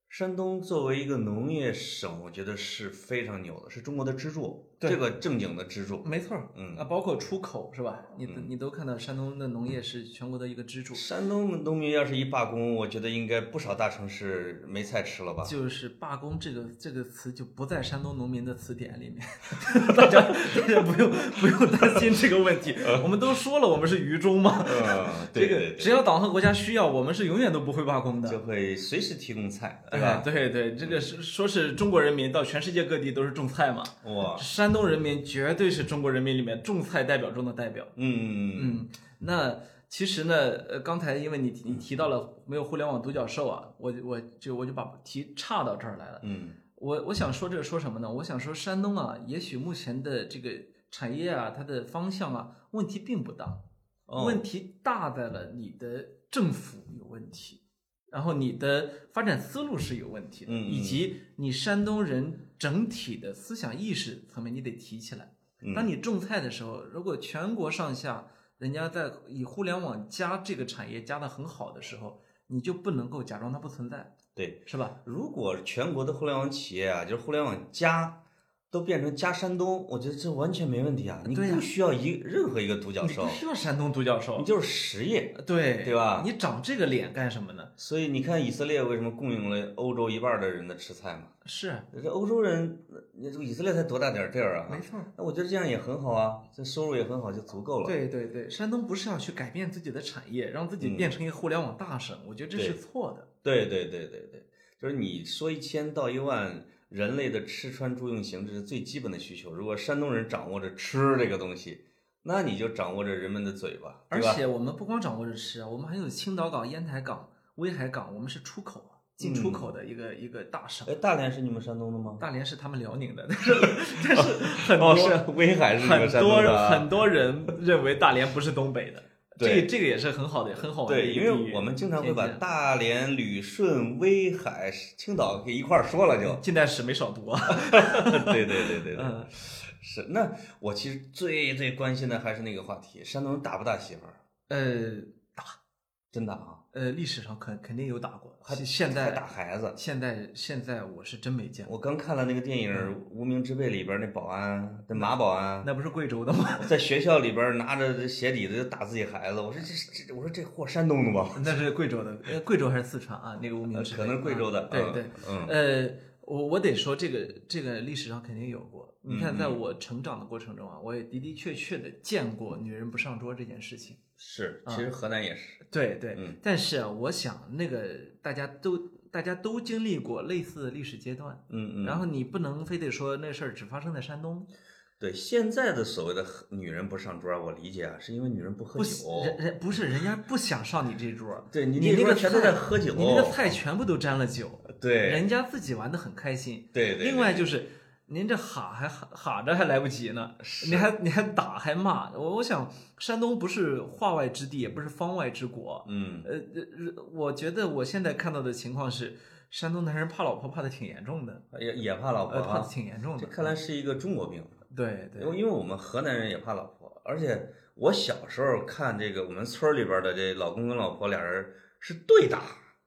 山东作为一个农业省，我觉得是非常牛的，是中国的支柱，
对
这个正经的支柱。
没错儿。
嗯
啊，包括出口是吧？你都
嗯
你都看到山东的农业是全国的一个支柱，
山东农民要是一罢工，我觉得应该不少大城市没菜吃了吧？
就是罢工这个这个词就不在山东农民的词典里
(laughs)
面，大家大家不用不用担心这个问题。我们都说了，我们是愚忠嘛， (laughs)
嗯，
这
对
个
对
只
对，
要党和国家需要，我们是永远都不会罢工的。
就会随时提供菜，对
哎
吧？嗯
对对，这个是说是中国人民到全世界各地都是种菜嘛，
哇，
山东人民绝对是中国人民里面种菜代表中的代表。
嗯，
嗯，那其实呢，呃，刚才因为你提你提到了没有互联网独角兽啊，我我就我就把题岔到这儿来了。
嗯
我我想说这个说什么呢？我想说山东啊，也许目前的这个产业啊，它的方向啊，问题并不大，
哦
问题大在了你的政府有问题。然后你的发展思路是有问题的，
嗯嗯
以及你山东人整体的思想意识层面，你得提起来。
嗯，
当你种菜的时候，如果全国上下人家在以互联网加这个产业加的很好的时候，你就不能够假装它不存在，
对，
是吧？
如果全国的互联网企业啊，就是互联网加，都变成加山东，我觉得这完全没问题啊。你
对呀
不需要一任何一个独角
你 (laughs)
兽
不，需要山东独角兽
你，就是实业。
对
对吧
你长这个脸干什么呢？
所以你看以色列为什么供应了欧洲一半的人的吃菜嘛？
是，啊
这欧洲人，你这以色列才多大点儿地儿啊？
没错。
那我觉得这样也很好啊，这收入也很好，就足够了。，
对对对，山东不是要去改变自己的产业，让自己
嗯
变成一个互联网大省，我觉得这是
对
错的。
对对对对对，就是你说一千道一万，人类的吃穿住用行这是最基本的需求。如果山东人掌握着吃这个东西，那你就掌握着人们的嘴巴，
而
对吧
且我们不光掌握着吃啊，我们还有青岛港、烟台港、威海港，我们是出口啊，进出
嗯
口的一个、一个大省
哎，。大连是你们山东的吗？
大连是他们辽宁的，但 (laughs) 是
(laughs)
但是很多、
哦哦，是威海是你们
很
山东
多
的啊、 (laughs)
很多人认为大连不是东北的，这
对
个这个也是很好的，很好玩的
对，
一
因
个地域。
为我们经常会把
天津
大连、旅顺、威海、青岛给一块儿说了就，
近代史没少读啊。 (laughs)
(laughs) 对对对对对，
嗯
是。那我其实最最关心的还是那个话题，山东人打不打媳妇儿？
呃
真打啊，
呃，历史上肯肯定有打过，
还
现
还
代
打孩子。
现在现在我是真没见过，
我刚看了那个电影《无名之辈》里边那保安，那马保安，
嗯那不是贵州的吗？ (laughs)
在学校里边拿着这鞋底子就打自己孩子，我说这这，这我说这货山东的吧？
那是贵州的，呃，贵州还是四川啊？那个无名
呃
之辈，
可能是贵州的
啊。对
嗯
对，
嗯
呃，我我得说这个这个历史上肯定有过。你看，
嗯
在
嗯
我成长的过程中啊，我也的的确确的见过女人不上桌这件事情。
是，
嗯
其实河南也是，
对对，
嗯
但是啊，我想那个大家都大家都经历过类似的历史阶段，
嗯嗯。
然后你不能非得说那事儿只发生在山东，
对现在的所谓的喝女人不上桌儿，我理解啊，是因为女人不喝
不喜
酒。
人人不是人家不想上你这桌，
对你
你
那
那
桌
个
儿全都
菜
在喝酒，
你那个菜全部都沾了酒，
对，
人家自己玩的很开心。
对对。
另外就是您这哈还哈哈着还来不及呢，你还你还打还骂，我我想山东不是化外之地，也不是方外之国，
嗯，
呃，呃呃我觉得我现在看到的情况是，山东男人怕老婆怕的挺严重的，
也也怕老婆
呃，怕的
啊，
挺严重
这
的。
看来是一个中国病，
对对
因，为因为我们河南人也怕老婆，而且我小时候看这个我们村儿里边的这老公跟老婆俩人是对打，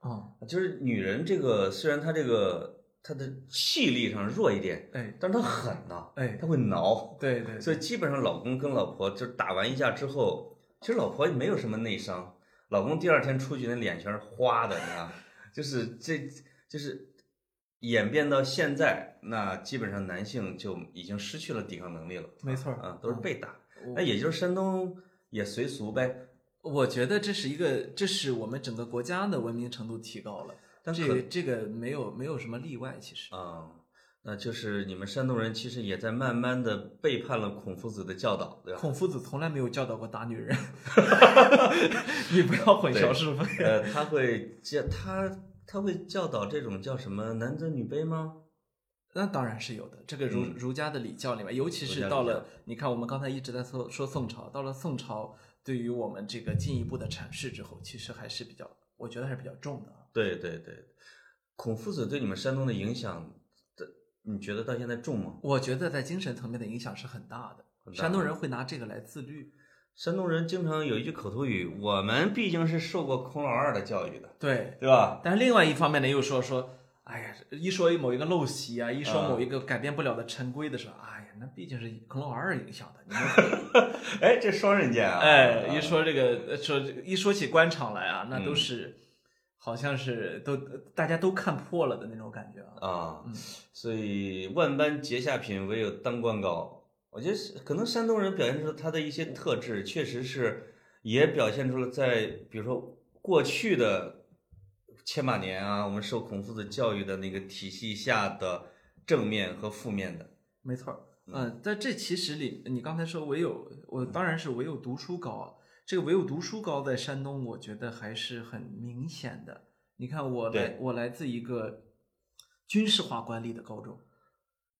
嗯，
就是女人这个虽然她这个她的气力上弱一点，
哎
但是她狠呐、
哎，
她会挠，
对对，
所以基本上老公跟老婆就打完一架之后，其实老婆也没有什么内伤，老公第二天出去那脸全是花的，你看，就是这就是演变到现在，那基本上男性就已经失去了抵抗能力了，
没错儿
啊，都是被打，
嗯
那也就是山东也随俗呗，
我觉得这是一个，这是我们整个国家的文明程度提高了，
但
这
可
个这个没有没有什么例外，其实。
啊。那就是你们山东人其实也在慢慢的背叛了孔夫子的教导，对吧？
孔夫子从来没有教导过打女人， (laughs) 你不要混淆是
(laughs)
非。 (laughs)
呃，他会教他他会教导这种叫什么男尊女卑吗？
那当然是有的，这个儒儒家的礼教里面，尤其
嗯儒家
是到
礼教
了你看，我们刚才一直在说说宋朝，到了宋朝，对于我们这个进一步的阐释之后，其实还是比较，我觉得还是比较重的啊。
对对对，孔夫子对你们山东的影响，这你觉得到现在重吗？
我觉得在精神层面的影响是很大的，
很大
山东人会拿这个来自律。
山东人经常有一句口头语，我们毕竟是受过孔老二的教育的，
对，
对吧？
但是另外一方面呢，又说说，哎呀，一说某一个陋习啊，一说
啊
某一个改变不了的陈规的时候，哎呀，那毕竟是孔老二影响的，你们
哎，这双刃剑啊！
哎，
啊嗯
一说这个呃说这个一说起官场来啊，那都是、好像是都大家都看破了的那种感觉啊。
啊
嗯，
所以万般皆下品，唯有当官高。我觉得是可能山东人表现出他的一些特质，确实是也表现出了在比如说过去的千百年啊，我们受孔夫子教育的那个体系下的正面和负面的。
没错儿，嗯，但这其实里你刚才说唯有我当然是唯有读书高啊，这个唯有读书高在山东，我觉得还是很明显的。你看我来
对
我来自一个军事化管理的高中，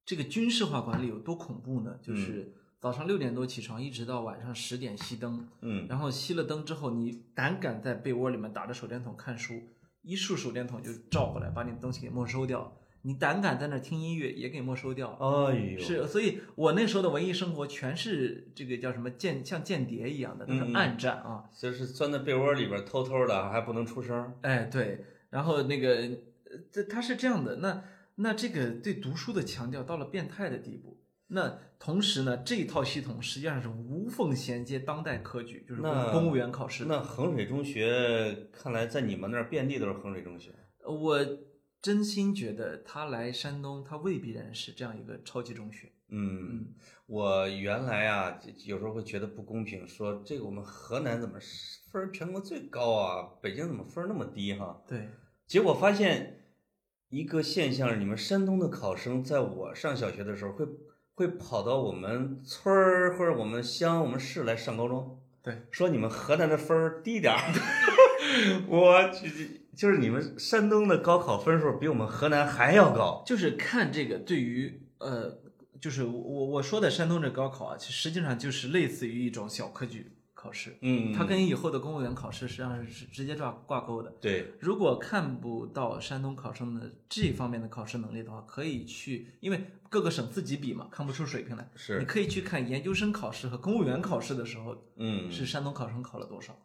这个军事化管理有多恐怖呢？
嗯
就是早上六点多起床，一直到晚上十点熄灯，
嗯，
然后熄了灯之后，你胆敢在被窝里面打着手电筒看书，一束手电筒就照过来，把你的东西给没收掉。你胆敢在那儿听音乐，也给没收掉。
哎呦，
是，所以我那时候的文艺生活全是这个叫什么间，像间谍一样的，都
嗯
是
嗯
暗战啊。
就是钻在被窝里边偷偷的，还不能出声儿。
哎，对，然后那个，呃这他是这样的，那那这个对读书的强调到了变态的地步。那同时呢，这一套系统实际上是无缝衔接当代科举，就是
那
公务员考试。
那衡水中学看来在你们那儿遍地都是衡水中学。
我真心觉得他来山东，他未必然是这样一个超级中学。
嗯，
嗯，
我原来啊，就有时候会觉得不公平，说这个我们河南怎么分儿全国最高啊，北京怎么分儿那么低哈？
对，
结果发现一个现象，你们山东的考生在我上小学的时候会会跑到我们村儿或者我们乡、我们市来上高中，
对，
说你们河南的分儿低点儿， (laughs) 我去，就是你们山东的高考分数比我们河南还要高。
就是看这个对于呃，就是我我说的山东这高考啊，其实实际上就是类似于一种小科举，考试，
嗯，
它跟以后的公务员考试实际上是直接挂挂钩的。
对，
如果看不到山东考生的这方面的考试能力的话，可以去，因为各个省自己比嘛，看不出水平来。
是
你可以去看研究生考试和公务员考试的时候，
嗯，
是山东考生考了多少。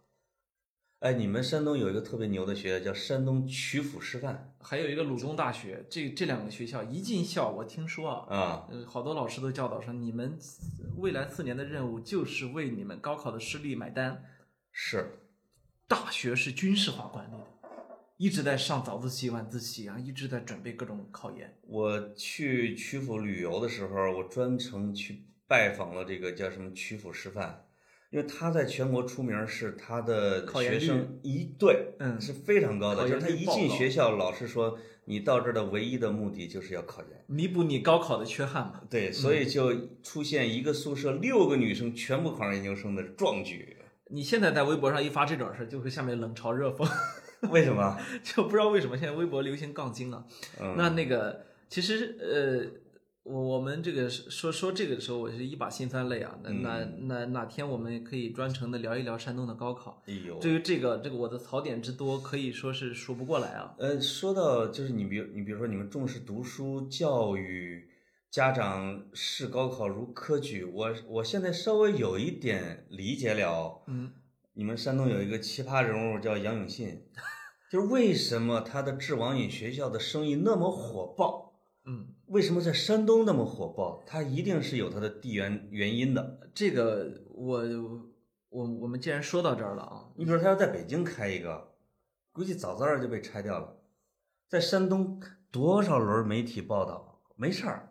哎，你们山东有一个特别牛的学校叫山东曲阜师范
还有一个鲁中大学，这这两个学校一进校，我听说啊，
啊，
呃，好多老师都教导说，你们未来四年的任务就是为你们高考的失利买单。
是，
大学是军事化管理的，一直在上早自习、晚自习啊，一直在准备各种考研。
我去曲阜旅游的时候，我专程去拜访了这个叫什么曲阜师范，因为他在全国出名是他的
考研
学
率
生一对，
嗯
是非常高的，
考
就
研
是他
率
一
爆
进
高
学校，老师说你到这儿的唯一的目的就是要考研。
弥补你高考的缺憾嘛。
对，所以就出现一个宿舍六个女生全部考上研究生的壮举，
你现在在微博上一发这种事儿，就会下面冷嘲热讽， (laughs)
为什么？
就不知道为什么现在微博流行杠精啊。(laughs)
嗯，
那那个其实呃，我我们这个说说这个的时候，我是一把辛酸泪啊。那那那哪天我们可以专程的聊一聊山东的高考。
哎呦，
对于这个这个我的槽点之多，可以说是数不过来啊。
呃，说到就是你比如你比如说你们重视读书教育，家长视高考如科举，我我现在稍微有一点理解了。
嗯，
你们山东有一个奇葩人物叫杨永信，就是为什么他的致网瘾学校的生意那么火爆？
嗯，
为什么在山东那么火爆？他一定是有他的地缘原因的。
这个我我我们既然说到这儿了啊，
你比如说他要在北京开一个，估计早早的就被拆掉了。在山东多少轮媒体报道，没事儿。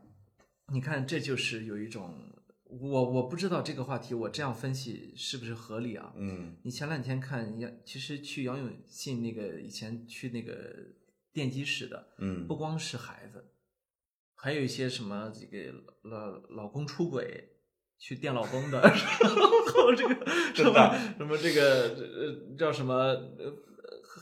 你看这就是有一种我我不知道这个话题我这样分析是不是合理啊？
嗯
你前两天看杨，其实去杨永信那个以前去那个电机室的，
嗯
不光是孩子，还有一些什么这个老老公出轨去电老公的，然后这个什
(laughs) 真的
么什么这个呃叫什么呃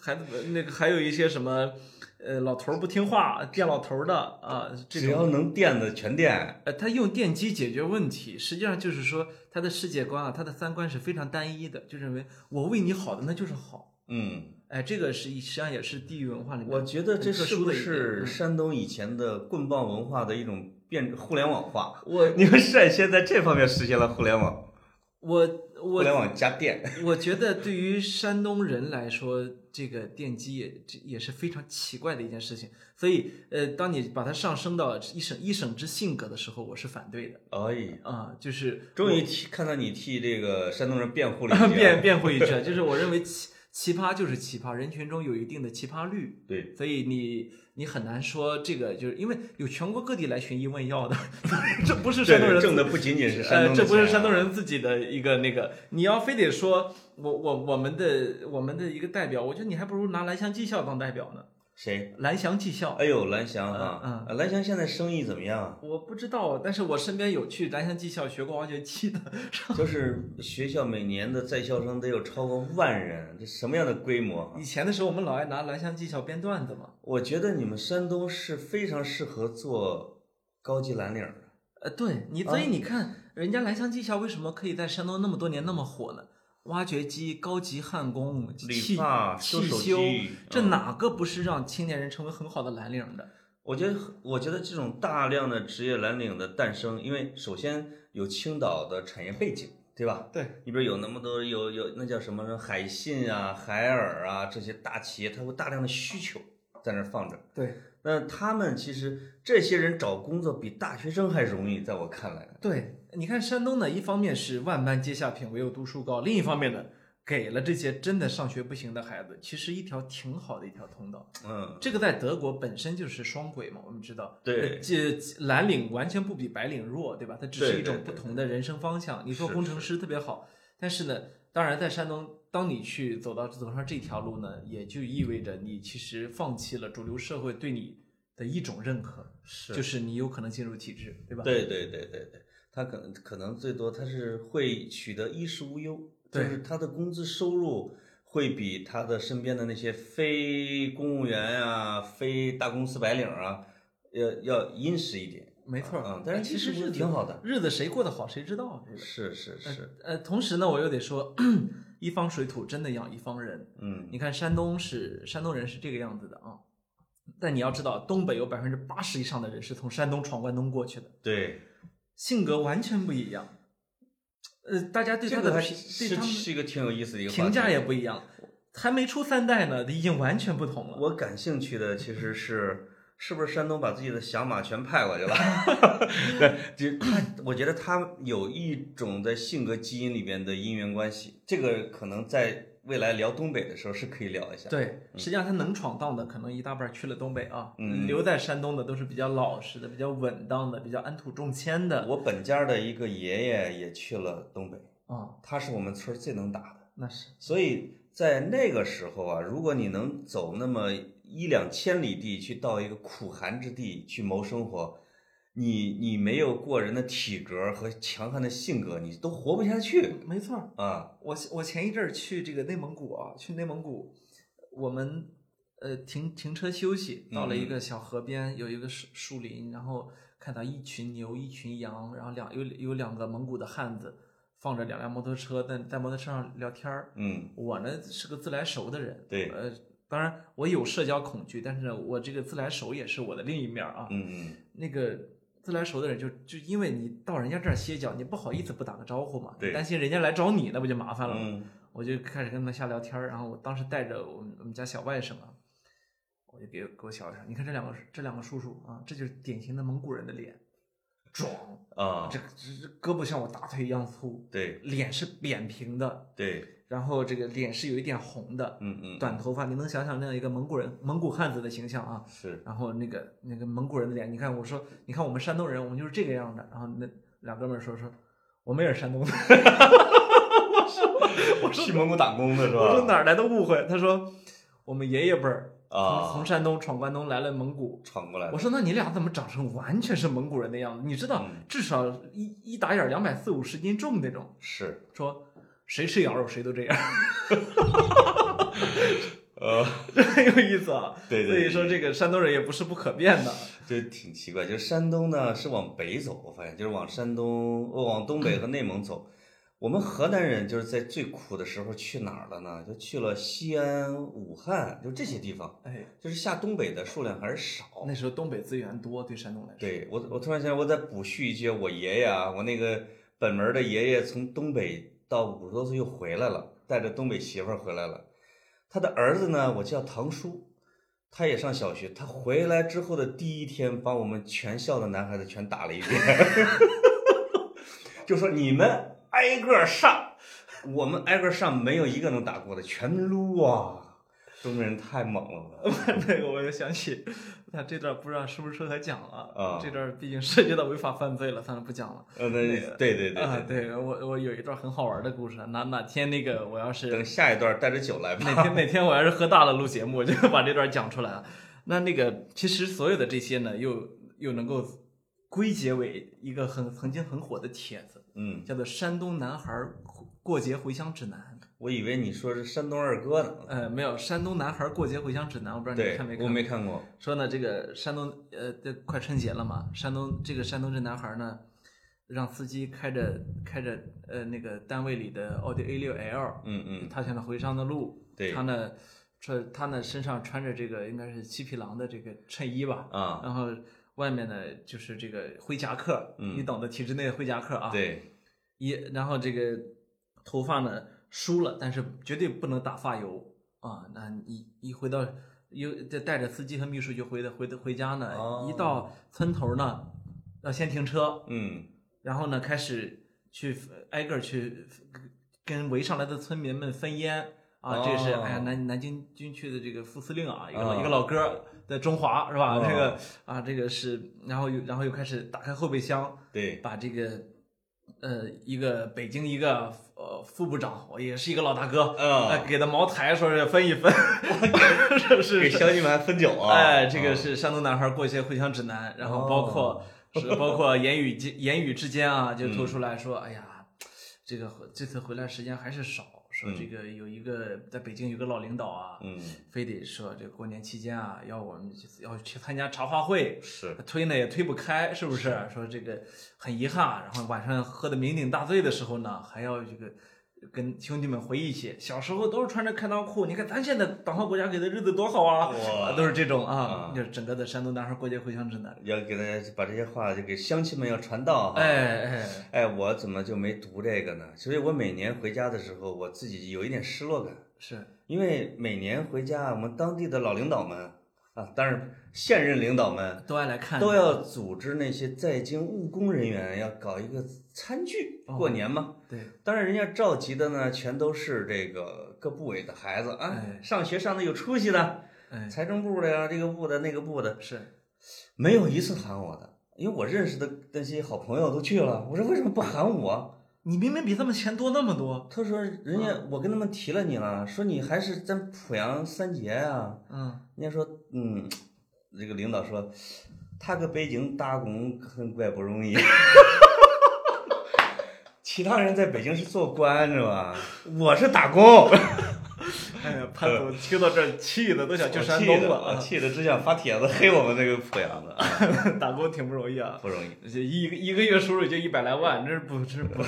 还那个还有一些什么呃老头儿不听话电老头儿的啊，这
只
种
要能垫的全垫。
呃，他用电机解决问题，实际上就是说他的世界观啊，他的三观是非常单一的，就认为我为你好的那就是好。
嗯，
哎，这个是实际上也是地域文化里面，
我觉得这
很特
是
殊
不
的一点
是
嗯
山东以前的棍棒文化的一种变互联网化？ (laughs)
我
你们率先在这方面实现了互联网，
我
互联
我
网加电。
我觉得对于山东人来说，这个电机也这也是非常奇怪的一件事情。所以，呃，当你把它上升到一省一省之性格的时候，我是反对的
哎，
啊、就是 (laughs)
终于替看到你替这个山东人辩护了一下。
辩辩护一句啊，就是我认为奇奇葩就是奇葩，人群中有一定的奇葩率。
对，
所以你你很难说这个，就是因为有全国各地来寻医问药的， (laughs) 这不是山东人
挣
自
的不仅仅是山
呃，
东的
这不
钱
是
啊
山东。人自己的一个那个，你要非得说我我我们的我们的一个代表，我觉得你还不如拿蓝翔技校当代表呢。
谁？
蓝翔技校，
哎呦，蓝翔哈，
嗯嗯？
呃蓝翔现在生意怎么样啊
我不知道，但是我身边有去蓝翔技校学过王学基的， (laughs)
就是学校每年的在校生得有超过万人，这什么样的规模啊？
以前的时候我们老爱拿蓝翔技校编段子嘛。
我觉得你们山东是非常适合做高级蓝领儿的。
呃，对你，
啊
所以你看，人家蓝翔技校为什么可以在山东那么多年那么火呢？挖掘机、高级焊工、
理
汽
发修
汽
手
修
机，
这
嗯
哪个不是让青年人成为很好的蓝领的？
我觉得，我觉得这种大量的职业蓝领的诞生，因为首先有青岛的产业背景，对吧？
对，
你比如有那么多有有那叫什么海信啊、海尔啊这些大企业，它会大量的需求在那儿放着。
对，
那他们其实这些人找工作比大学生还容易，在我看来。
对，你看山东呢，一方面是万般皆下品，唯有读书高；另一方面呢，给了这些真的上学不行的孩子，其实一条挺好的一条通道。
嗯，
这个在德国本身就是双轨嘛，我们知道，
对
呃这蓝领完全不比白领弱，对吧？它只是
对
一
对
种
对
不同的人生方向。你做
是
工程师特别好，但是呢，当然在山东，当你去走到走上这条路呢，也就意味着你其实放弃了主流社会对你的一种认可，
是
就是你有可能进入体制，对吧？，
对对对对对，他可能可能最多他是会取得衣食无忧，就
对
是他的工资收入会比他的身边的那些非公务员啊、非大公司白领啊，要要殷实一点。
没错
嗯，但是
哎其
其实
日
是
子
挺好的。
日子谁过得好谁知道啊。这个
是是是，
呃，同时呢，我又得说， (clears throat) 一方水土真的养一方人。
嗯，
你看山东是山东人是这个样子的啊，但你要知道，东北有百分之八十以上的人是从山东闯关东过去的，
对，
性格完全不一样。呃，大家对
这
他
个
的
还
评、
是
对他们
是一个挺有意思的一个话
评价
题
也不一样，还没出三代呢，已经完全不同了。
我感兴趣的其实是，是不是山东把自己的响马全派过去了？ (laughs) 对，就他，我觉得他有一种在性格基因里边的因缘关系，这个可能在未来聊东北的时候是可以聊一下。
对，实际上他能闯荡的，可能一大半去了东北啊，
嗯
留在山东的都是比较老实的、比较稳当的、比较安土重迁的
我本家的一个爷爷也去了东北，
啊、
他是我们村儿最能打的，
那是
所以在那个时候啊，如果你能走那么一两千里地去到一个苦寒之地去谋生活，你你没有过人的体格和强悍的性格，你都活不下去
没错儿。
啊。
我我前一阵儿去这个内蒙古啊，去内蒙古，我们呃停停车休息，
嗯
到了一个小河边，有一个树树林，然后看到一群牛，一群羊，然后两有有两个蒙古的汉子放着两辆摩托车，在在摩托车上聊天儿。
嗯，
我呢是个自来熟的人，
对
呃，当然我有社交恐惧，但是呢，我这个自来熟也是我的另一面儿啊。
嗯
那个自来熟的人就就因为你到人家这儿歇脚，你不好意思不打个招呼嘛，
对
担心人家来找你，那不就麻
嗯
烦了吗？
嗯
我就开始跟他们瞎聊天儿，然后我当时带着我们我们家小外甥啊，我就给给我小外甥，你看这两个这两个叔叔啊，这就是典型的蒙古人的脸，壮，
啊，
这这这胳膊像我大腿一样粗，
对
脸是扁平的，
对，
然后这个脸是有一点红的，
嗯嗯，
短头发，你能想想那样一个蒙古人蒙古汉子的形象啊？
是，
然后那个那个蒙古人的脸，你看我说，你看我们山东人，我们就是这个样的。然后那两哥们儿说说，我们也是山东的。
我去蒙古打工的是吧？
我说哪儿来的误会？他说我们爷爷辈儿从
啊
从？山东闯关东来了蒙古。
闯过来
我
的，
说那你俩怎么长成完全是蒙古人的样子？你知道
嗯
至少一一打眼儿两百四五十斤重那种。
是，
说谁吃羊肉谁都这样， (laughs)
呃，
这很有意思啊。
对对
所以说这个山东人也不是不可变的。
就挺奇怪，就是山东呢是往北走，我发现就是往山东、呃往东北和内蒙走。我们河南人就是在最苦的时候去哪儿了呢？就去了西安、武汉，就这些地方，
哎，
就是下东北的数量还是少。
那时候东北资源多，对山东来说。
对我，我突然想，我再补叙一句，我爷爷啊，我那个本门的爷爷从东北到五十多岁又回来了，带着东北媳妇儿回来了。他的儿子呢，我叫堂叔，他也上小学。他回来之后的第一天，把我们全校的男孩子全打了一遍， (laughs) 就说你们挨个上，我们挨个上，没有一个能打过的，全撸啊！东北人太猛了， (laughs)
(laughs) 那个我就想起，那这段不知道是不是适合讲了
啊
这段毕竟涉及到违法犯罪了，算了不讲了。
嗯，那对对对
啊
对，，
对我我有一段很好玩的故事，啊哪哪天那个我要
等
是
下一段带着酒来吧。
哪天哪天我要是喝大了录节目，我就把这段讲出来啊。那那个其实所有的这些呢，又又能够归结为一个很曾经很火的帖子，
嗯，
叫做《山东男孩儿过节回乡指南》。
我以为你说是山东二哥呢。
呃，没有，《山东男孩儿过节回乡指南》，我不知道你
对
看没，看？
我没看过。
说呢，这个山东呃，这快春节了嘛，山东这个山东这男孩呢，让司机开着开着呃那个单位里的奥迪 A 六 L，
嗯嗯，
他想着回商的路，
对
他呢穿他呢身上穿着这个应该是七匹狼的这个衬衣吧，
啊，
然后外面呢就是这个灰夹克，
嗯
你懂得体制内的灰夹克啊，，
对，
一然后这个头发呢梳了，但是绝对不能打发油啊。那一一回到又再带着司机和秘书就回的回的回家呢，
哦
一到村头呢要先停车，
嗯
然后呢开始去挨个儿去跟围上来的村民们分烟。啊，这是
哦
哎呀，南南京军区的这个副司令啊，一个、
哦
一个老哥儿在中华是吧？
哦
这个啊，这个是，然后又然后又开始打开后备箱，
对，
把这个呃一个北京一个呃副部长，我也是一个老大哥，
嗯
呃给的茅台说是分一分， (laughs) 是
给
是是，
乡亲们还分酒啊。
哎，这个
啊哦
是山东男孩过一些回乡指南，然后包括、
(laughs)
是包括言语
嗯
间言语之间啊，就透出来说，哎呀，这个回这次回来时间还是少，说这个有一个在北京有个老领导啊，
嗯，
非得说这过年期间啊，要我们要去参加茶话会，
是，
推呢也推不开，是不是？说这个很遗憾啊，然后晚上喝的酩酊大醉的时候呢，还要这个跟兄弟们回忆起小时候都是穿着开裆裤，你看咱现在党和国家给的日子多好啊，
哇
啊都是这种啊
啊，
就整个的山东党和国家回乡指南，
要给大家把这些话就给乡亲们要传道哈。
哎哎，
哎，我怎么就没读这个呢？所以我每年回家的时候，我自己有一点失落感，
是
因为每年回家，我们当地的老领导们啊，当然现任领导们
都爱来看，
都要组织那些在京务工人员要搞一个餐聚，
哦
过年嘛。
对，
当然，人家召集的呢，全都是这个各部委的孩子啊，
哎
上学上的有出息的，
哎
财政部的呀，这个部的那个部的，
是。
没有一次喊我的，因为我认识的那些好朋友都去了，我说为什么不喊我？
你明明比他们钱多那么多，
他说人
啊
家我跟他们提了你了，说你还是咱濮阳三杰啊。
嗯，
人家说嗯，这个领导说他搁北京打工很怪
(laughs)
不容易，其他人在北京是做官是吧？我是打工，
哎 (laughs) 呀，潘总听到这儿气的都想去山
我气
东
得
了
我
啊，
气的只想发帖子黑我们这个濮阳的，啊
(laughs) 打工挺不容易啊，
不容易。
这一个一个月收入也就一百来万，这是不这是不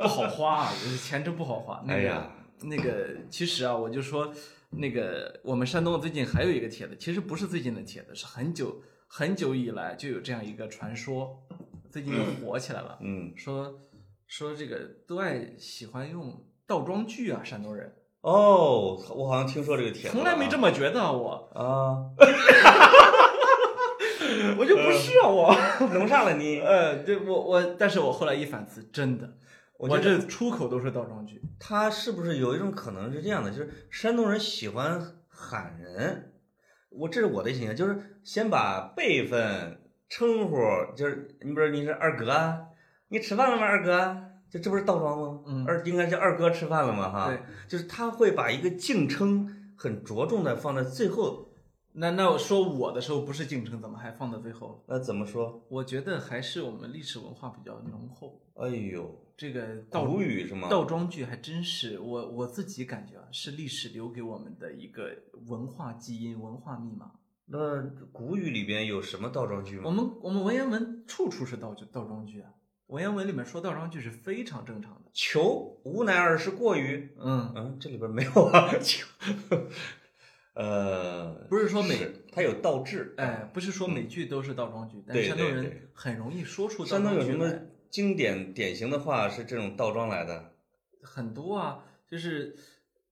不好花啊，这钱真不好花。那个、
哎呀，
那个其实啊，我就说那个我们山东最近还有一个帖子，其实不是最近的帖子，是很久很久以来就有这样一个传说，最近又火起来了，
嗯，
说说这个都爱喜欢用倒装句啊，山东人
哦，我好像听说这个帖子了啊，
从来没这么觉得啊我。
啊，
我就不是啊，我， (laughs)
弄啥了你？
呃，对我我，但是我后来一反思，真的，
我
我
觉
这出口都是倒装句，
他是不是有一种可能是这样的，就是山东人喜欢喊人，我这是我的形象，就是先把辈分、称呼，就是你比如你是二哥啊，你吃饭了吗？二哥，啊就这不是倒装吗？
嗯
二应该是二哥吃饭了嘛哈？
对，
就是他会把一个敬称很着重的放在最后，
那那我说我的时候不是敬称，怎么还放到最后了？
那怎么说？
我觉得还是我们历史文化比较浓厚，
哎呦，
这个倒
古语是吗？
倒装句还真是我我自己感觉啊，是历史留给我们的一个文化基因、文化密码。
那古语里边有什么倒装句吗？
我们我们文言文处处是倒倒装句啊，文言文里面说倒装句是非常正常的。
求吾乃尔是过于，
嗯，
嗯，这里边没有啊，求，呃，
不是说每
是它有倒置，
哎，，不是说每句都是倒装句，但
嗯对
是山东
对
人
对
很容易说出倒
山
装
东有什
句
么
来，
经典典型的话是这种倒装来的？
很多啊，就是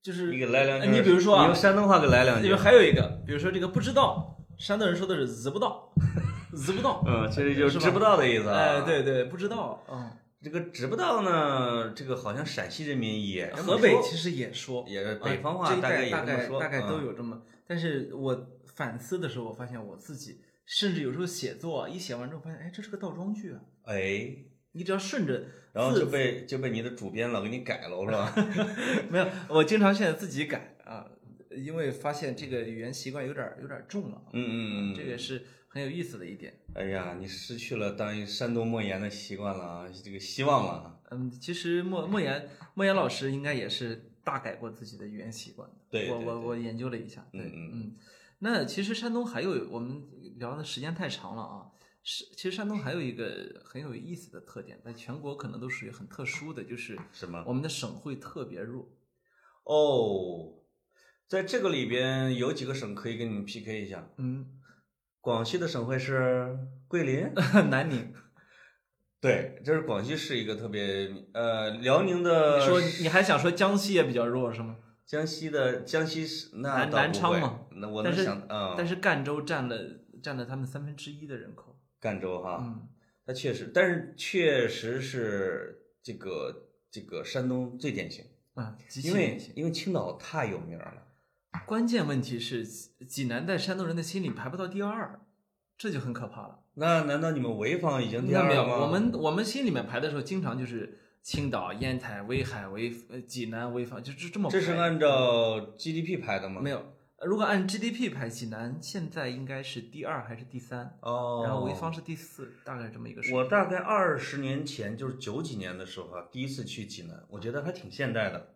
就是
你给来两句
哎
儿，
你比如说
你
啊
用，山东话给来两
里
句
面，还有一个，比如说这个不知道，山东人说的是知不道， (laughs) 知不道，
嗯，这就是
是吧
知不道的意思啊。
哎，对，对，不知道，嗯，
这个知不道呢，这个好像陕西人民也这么
哎河北
哎说
其实也说，
也是
啊
北方
这
话
一
大概
代
也
大
这么
概
说，
大概都
嗯
有这么，但是我反思的时候，我发现我自己甚至有时候写作啊一写完之后发现，哎，这是个倒装句啊，
哎，
你只要顺着
然后
字
就被就被你的主编老给你改了，
(laughs)
是吧？
没有，我经常现在自己改啊，因为发现这个语言习惯有点有点重了啊，
嗯嗯嗯，
这个是很有意思的一点。
哎呀，你失去了当一山东莫言的习惯了啊，这个希望了啊。
嗯，其实莫莫言莫言老师应该也是大改过自己的语言习惯的。
对
我
对
我
对
我研究了一下，对，
嗯嗯
嗯。那其实山东还有我们聊的时间太长了啊，是其实山东还有一个很有意思的特点，在全国可能都属于很特殊的，就是
什么
我们的省会特别弱。
哦，在这个里边有几个省可以跟你们 PK 一下。
嗯， (laughs)
广西的省会是桂林，
南宁，
对，这是广西是一个特别呃，辽宁的
你说你还想说江西也比较弱是吗？
江西的江西是那
南
倒
南
不
昌
会
嘛，
那我
但
能
是
想啊，
但是赣州占了占了他们三分之一的人口。
赣州哈，
嗯，
它确实，但是确实是这个这个山东最典型，
啊，极其
因为
明显
因为青岛太有名了。
关键问题是济南在山东人的心里排不到第二，这就很可怕了。
那难道你们潍坊已经第
那
二
没有，
了吗？
我们我们心里面排的时候，经常就是青岛、烟台、威海、潍呃济南、潍坊，就就这么排。
这是按照 GDP 排的吗？
没有？如果按 GDP 排，济南现在应该是第二还是第三？
哦，
然后潍坊是第四，大概这么一个水平。
我大概二十年前，就是九几年的时候啊，第一次去济南，我觉得还挺现代的。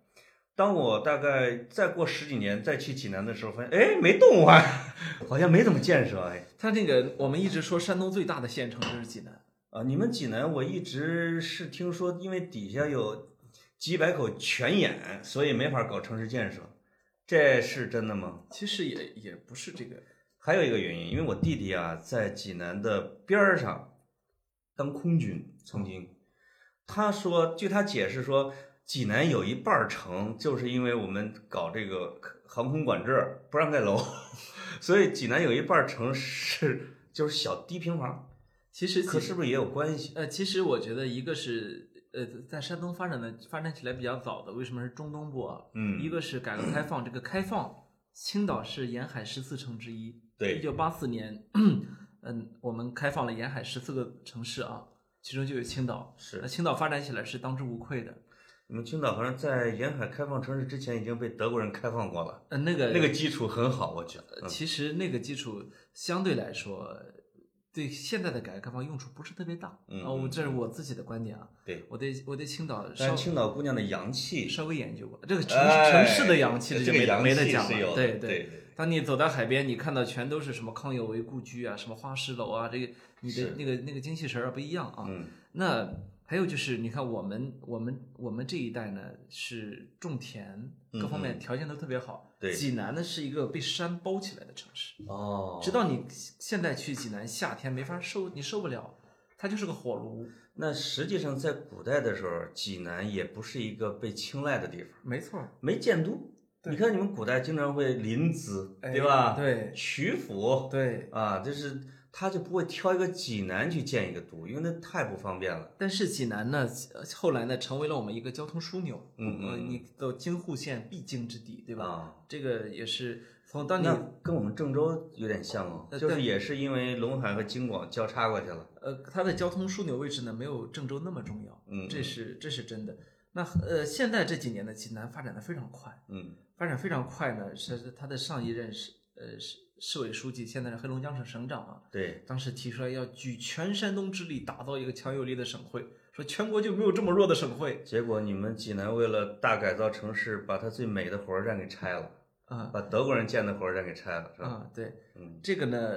当我大概再过十几年再去济南的时候，发现哎没动啊， (laughs) 好像没怎么建设哎。
它那个我们一直说山东最大的县城就是济南，
啊，你们济南我一直是听说，因为底下有几百口泉眼，所以没法搞城市建设，这是真的吗？
其实也也不是这个，
还有一个原因，因为我弟弟啊在济南的边儿上当空军，曾经，他说，据他解释说，济南有一半儿城就是因为我们搞这个航空管制，不让盖楼， (laughs) 所以济南有一半儿城是就是小低平房，
其实
可
其实
是不是也有关系？
呃，其实我觉得一个是呃，在山东发展的发展起来比较早的，为什么是中东部啊？
嗯，
一个是改革开放，这个开放，青岛是沿海十四城之一。一
对，
九八四年， (clears throat) 嗯，我们开放了沿海十四个城市啊，其中就有青岛。
是
那青岛发展起来是当之无愧的。
你们青岛好像在沿海开放城市之前已经被德国人开放过了，
呃，那个呃
那个基础很好，我觉得。嗯
其实那个基础相对来说，对现在的改革开放用处不是特别大。
嗯
啊，我这是我自己的观点啊。
对，
我对我对青岛稍
但青岛姑娘的洋气，
稍微研究过，这个城
哎
城市的洋气就
这
没
个洋
没得
气
讲
是
了。
有
对
的对对
当你走到海边，你看到全都是什么康有为故居啊，什么花石楼啊，这个你的
是
那个那个精气神儿啊不一样啊。
嗯，
那还有就是，你看我们我们我们这一代呢是种田，各方面条件都特别好。
嗯对
济南呢是一个被山包起来的城市，
哦
直到你现在去济南夏天没法受，你受不了，它就是个火炉。
那实际上在古代的时候，济南也不是一个被青睐的地方，
没错，
没建都。
对
你看你们古代经常会临淄，
哎
对吧？
对
曲阜
对。
啊，就是他就不会挑一个济南去建一个都，因为那太不方便了。
但是济南呢，呃后来呢，成为了我们一个交通枢纽。
嗯嗯
呃
嗯
你走京沪线必经之地，对吧？
啊
这个也是从当你
那跟我们郑州有点像哦，
呃
就是
对
也是因为陇海和京广交叉过去了。
呃，它的交通枢纽位置呢，没有郑州那么重要，
嗯
这是这是真的。那呃，现在这几年呢，济南发展的非常快，
嗯
发展非常快呢，是他的上一任市呃市市委书记，现在是黑龙江省省长啊，，
对，
当时提出来要举全山东之力打造一个强有力的省会，说全国就没有这么弱的省会
结果你们济南为了大改造城市，把它最美的火车站给拆了，
啊
把德国人建的火车站给拆了，是吧？
啊，对，
嗯
这个呢，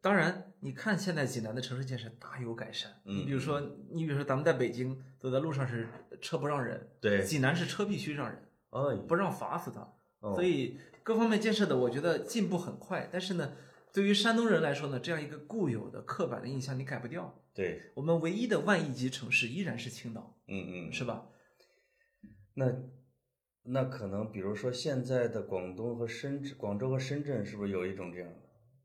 当然，你看现在济南的城市建设大有改善。
嗯
你比如说，你比如说咱们在北京走在路上是车不让人，
对
济南是车必须让人，
哎，
不让罚死他。
哦
所以各方面建设的，我觉得进步很快。但是呢，对于山东人来说呢，这样一个固有的刻板的印象你改不掉。
对，
我们唯一的万亿级城市依然是青岛，
嗯嗯，
是吧？
那那可能比如说现在的广东和深圳，广州和深圳是不是有一种这样的？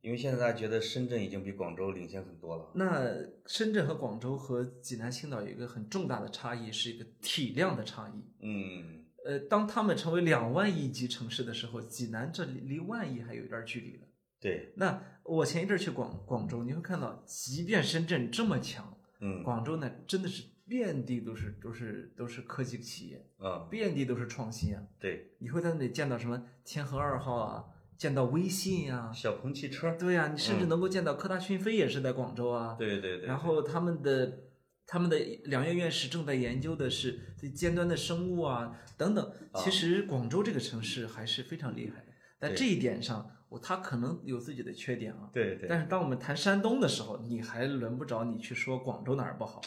因为现在大家觉得深圳已经比广州领先很多了。
那深圳和广州和济南、青岛有一个很重大的差异，是一个体量的差异。
嗯，
呃，当他们成为两万亿级城市的时候，济南这离离万亿还有一段距离了。
对，
那我前一阵儿去广广州，你会看到，即便深圳这么强，
嗯
广州呢真的是遍地都是都是都是科技企业，
啊，
遍地都是创新啊！
对，
你会在那里见到什么天河二号啊，见到微信呀、
小鹏汽车，
对呀、啊你甚至能够见到科大讯飞也是在广州啊。
对对对，
然后他们的他们的两院院士正在研究的是最尖端的生物啊等等。其实广州这个城市还是非常厉害的，在
对
这一点上，我它可能有自己的缺点啊。
对对，
但是当我们谈山东的时候，你还轮不着你去说广州哪儿不好。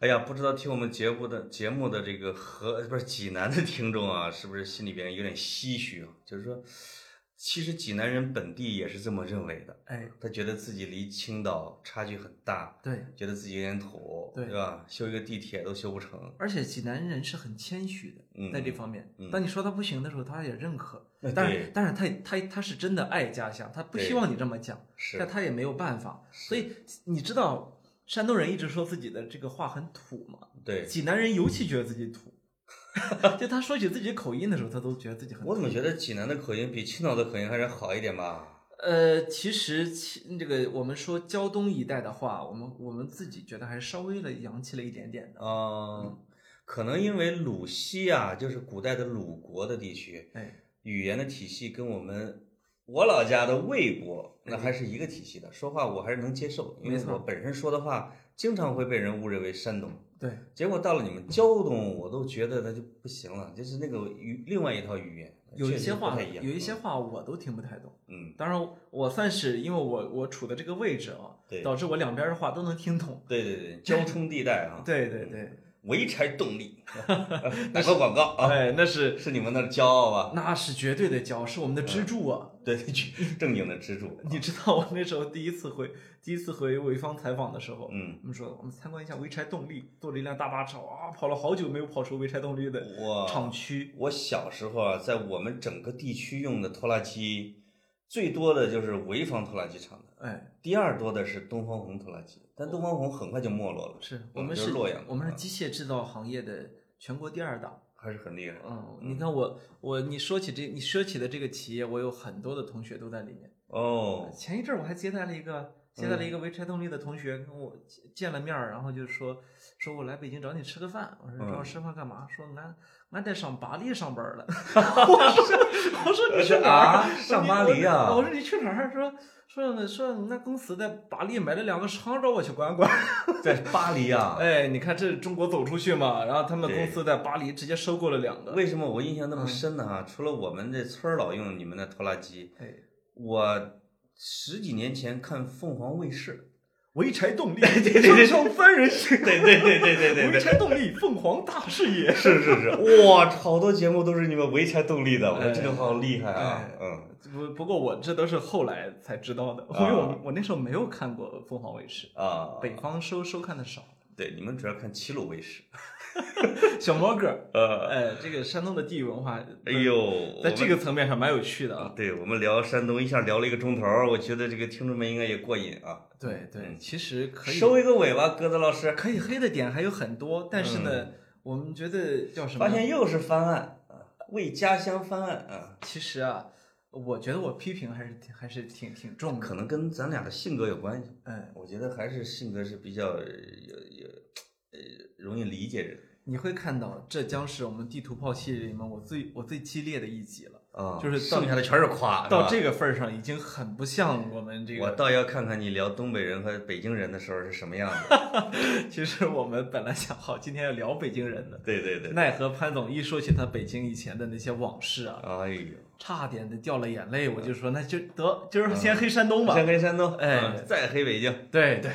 哎呀，不知道听我们节目的节目的这个河不是济南的听众啊，是不是心里边有点唏嘘啊？就是说，其实济南人本地也是这么认为的，
哎，
他觉得自己离青岛差距很大，
对，
觉得自己有点土，
对
吧？修一个地铁都修不成，
而且济南人是很谦虚的，
嗯
在这方面
嗯，
当你说他不行的时候，他也认可
那。
但
对
是，但是他他他是真的爱家乡，他不希
对
望你这么讲。
是
但他也没有办法。所以你知道，山东人一直说自己的这个话很土嘛，
对。
济南人尤其觉得自己土。 (laughs) 就他说起自己口音的时候，他都觉得自己很
我怎么觉得济南的口音比青岛的口音还是好一点吧？
呃，其实其这个我们说胶东一带的话，我们我们自己觉得还是稍微的洋气了一点点的。
啊、
嗯
可能因为鲁西啊，就是古代的鲁国的地区，
哎，
语言的体系跟我们我老家的魏国那还是一个体系的，说话我还是能接受，因为
没错
我本身说的话经常会被人误认为山东。
对，
结果到了你们胶东，我都觉得那就不行了，就是那个语另外一套语言，
有一
确
些
实不
话
太一样
有一些话我都听不太懂。
嗯，
当然，我算是因为我我处的这个位置啊，
对
导致我两边的话都能听懂。
对对
(laughs)
对，交通地带啊，
对对对，
潍柴动
(laughs)
力， (laughs) 打个广告啊，
哎，那是
是你们那儿骄傲吧？ (laughs)
那是绝对的骄，是我们的支柱啊。
对，正经的支柱，
你知道我那时候第一次回第一次回潍坊采访的时候，
嗯，
我们说我们参观一下潍柴动力，坐了一辆大巴车，哇，跑了好久没有跑出潍柴动力的
哇，
厂区。
我小时候啊，在我们整个地区用的拖拉机，最多的就是潍坊拖拉机厂的，
哎，
第二多的是东方红拖拉机，但东方红很快就没落了，
是我
我们
们
嗯就是
是
洛阳的
我们
啊
是机械制造行业的全国第二大。
还是很厉害。
嗯，你看我我你说起这你说起的这个企业，我有很多的同学都在里面。
哦，
前一阵儿我还接待了一个接待了一个潍柴动力的同学，跟我见见了面儿，然后就说说我来北京找你吃个饭，我说
嗯
找我吃饭干嘛？说俺俺在上巴黎上班 (laughs) 儿了。我说我说你去哪
啊
儿？
(laughs) 上巴黎啊
我说你去哪儿？说说说那公司在巴黎买了两个厂，让我去管管。
在巴黎啊，
哎，你看这是中国走出去嘛，然后他们
对
公司在巴黎直接收购了两个。
为什么我印象那么深呢？啊，除了我们这村儿老用你们的拖拉机，
哎，
我十几年前看凤凰卫视，
潍柴动力，
对对
上上三人行，
(laughs) 对对对对
潍
对
柴动力，凤凰大视野。
(laughs) 是是是，哇，好多节目都是你们潍柴动力的，我说
哎
这个好厉害啊
哎，
嗯，
不不过我这都是后来才知道的，因为我我那时候没有看过凤凰卫视，
啊，
北方收收看的少。 (laughs)
对，你们主要看齐鲁卫视，
小摩哥，
呃，
哎，这个山东的地域文化，
哎，呦，
嗯在这
个。
个层面上蛮有趣的啊。
对我们聊山东，一下聊了一个钟头儿，我觉得这个听众们应该也过瘾啊。
对对，其实可以
收一个尾吧，鸽子老师，
可以黑的点还有很多，但是呢，我们觉得叫什么
嗯发
呢？
现又是翻案啊，为家乡翻案啊，
其实啊，我觉得我批评还是挺还是挺挺重的。
可能跟咱俩的性格有关系。
嗯，
我觉得还是性格是比较呃有有呃容易理解人
你会看到，这将是我们地图炮系列里面我最我最激烈的一集了。
啊，
就是到
剩下的全是夸，
到
是吧
这个份儿上，已经很不像我们这
啊我
个。
倒要看看你聊东北人和北京人的时候是什么样
(laughs)
子。
其实我们本来想好今天要聊北京人的，
对对对，
奈何潘总一说起他北京以前的那些往事啊，
哎呦，
差点的掉了眼泪。我就说，那就得今儿先黑山东吧。
嗯先黑山东，
哎
嗯再黑北京，
对对，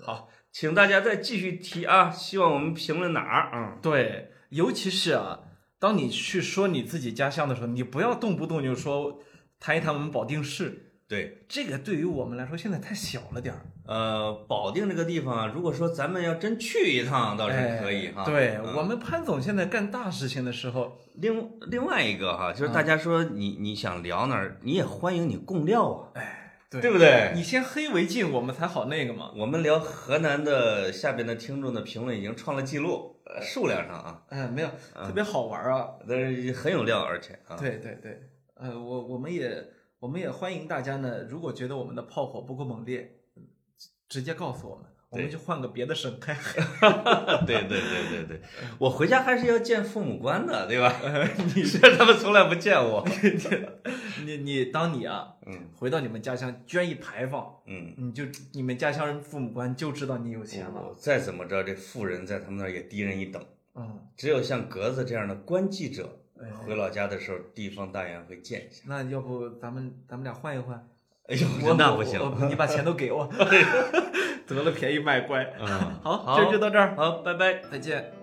好
请大家再继续提啊！希望我们评论哪儿？嗯，
对，尤其是啊，当你去说你自己家乡的时候，你不要动不动就说谈一谈我们保定市，
对，
这个对于我们来说现在太小了点儿。
呃，保定这个地方啊，如果说咱们要真去一趟，倒是可以哈。
哎对、
嗯
我们潘总现在干大事情的时候，
另另外一个哈，就是大家说你你想聊哪儿，你也欢迎你供料啊，
对
对不对？
你先黑为敬，我们才好那个嘛。
我们聊河南的下边的听众的评论已经创了记录，呃数量上啊，
哎，没有，特别好玩啊。
但是很有料，而且啊，
对对对，呃，我我们也我们也欢迎大家呢，如果觉得我们的炮火不够猛烈，嗯直接告诉我们，我们就换个别的省开。
(laughs)
(laughs)
对对对对 (laughs) 对，我回家还是要见父母官的，对吧？ (laughs) 你这他们从来不见我， (laughs)
你你当你啊，
嗯
回到你们家乡捐一牌坊，
嗯，
你就你们家乡人父母官就知道你有钱了。
我再怎么着，这富人在他们那儿也低人一等，
嗯，
只有像格子这样的官记者
哎
回老家的时候，地方大员会见一下。
那要不咱们咱们俩换一换？
哎呦
我，
那
我
不行，
我你把钱都 (laughs)
(laughs)
给我，得了便宜卖乖。
嗯，
好，
(laughs) 好
今儿就到这儿，
好，拜拜。
再见。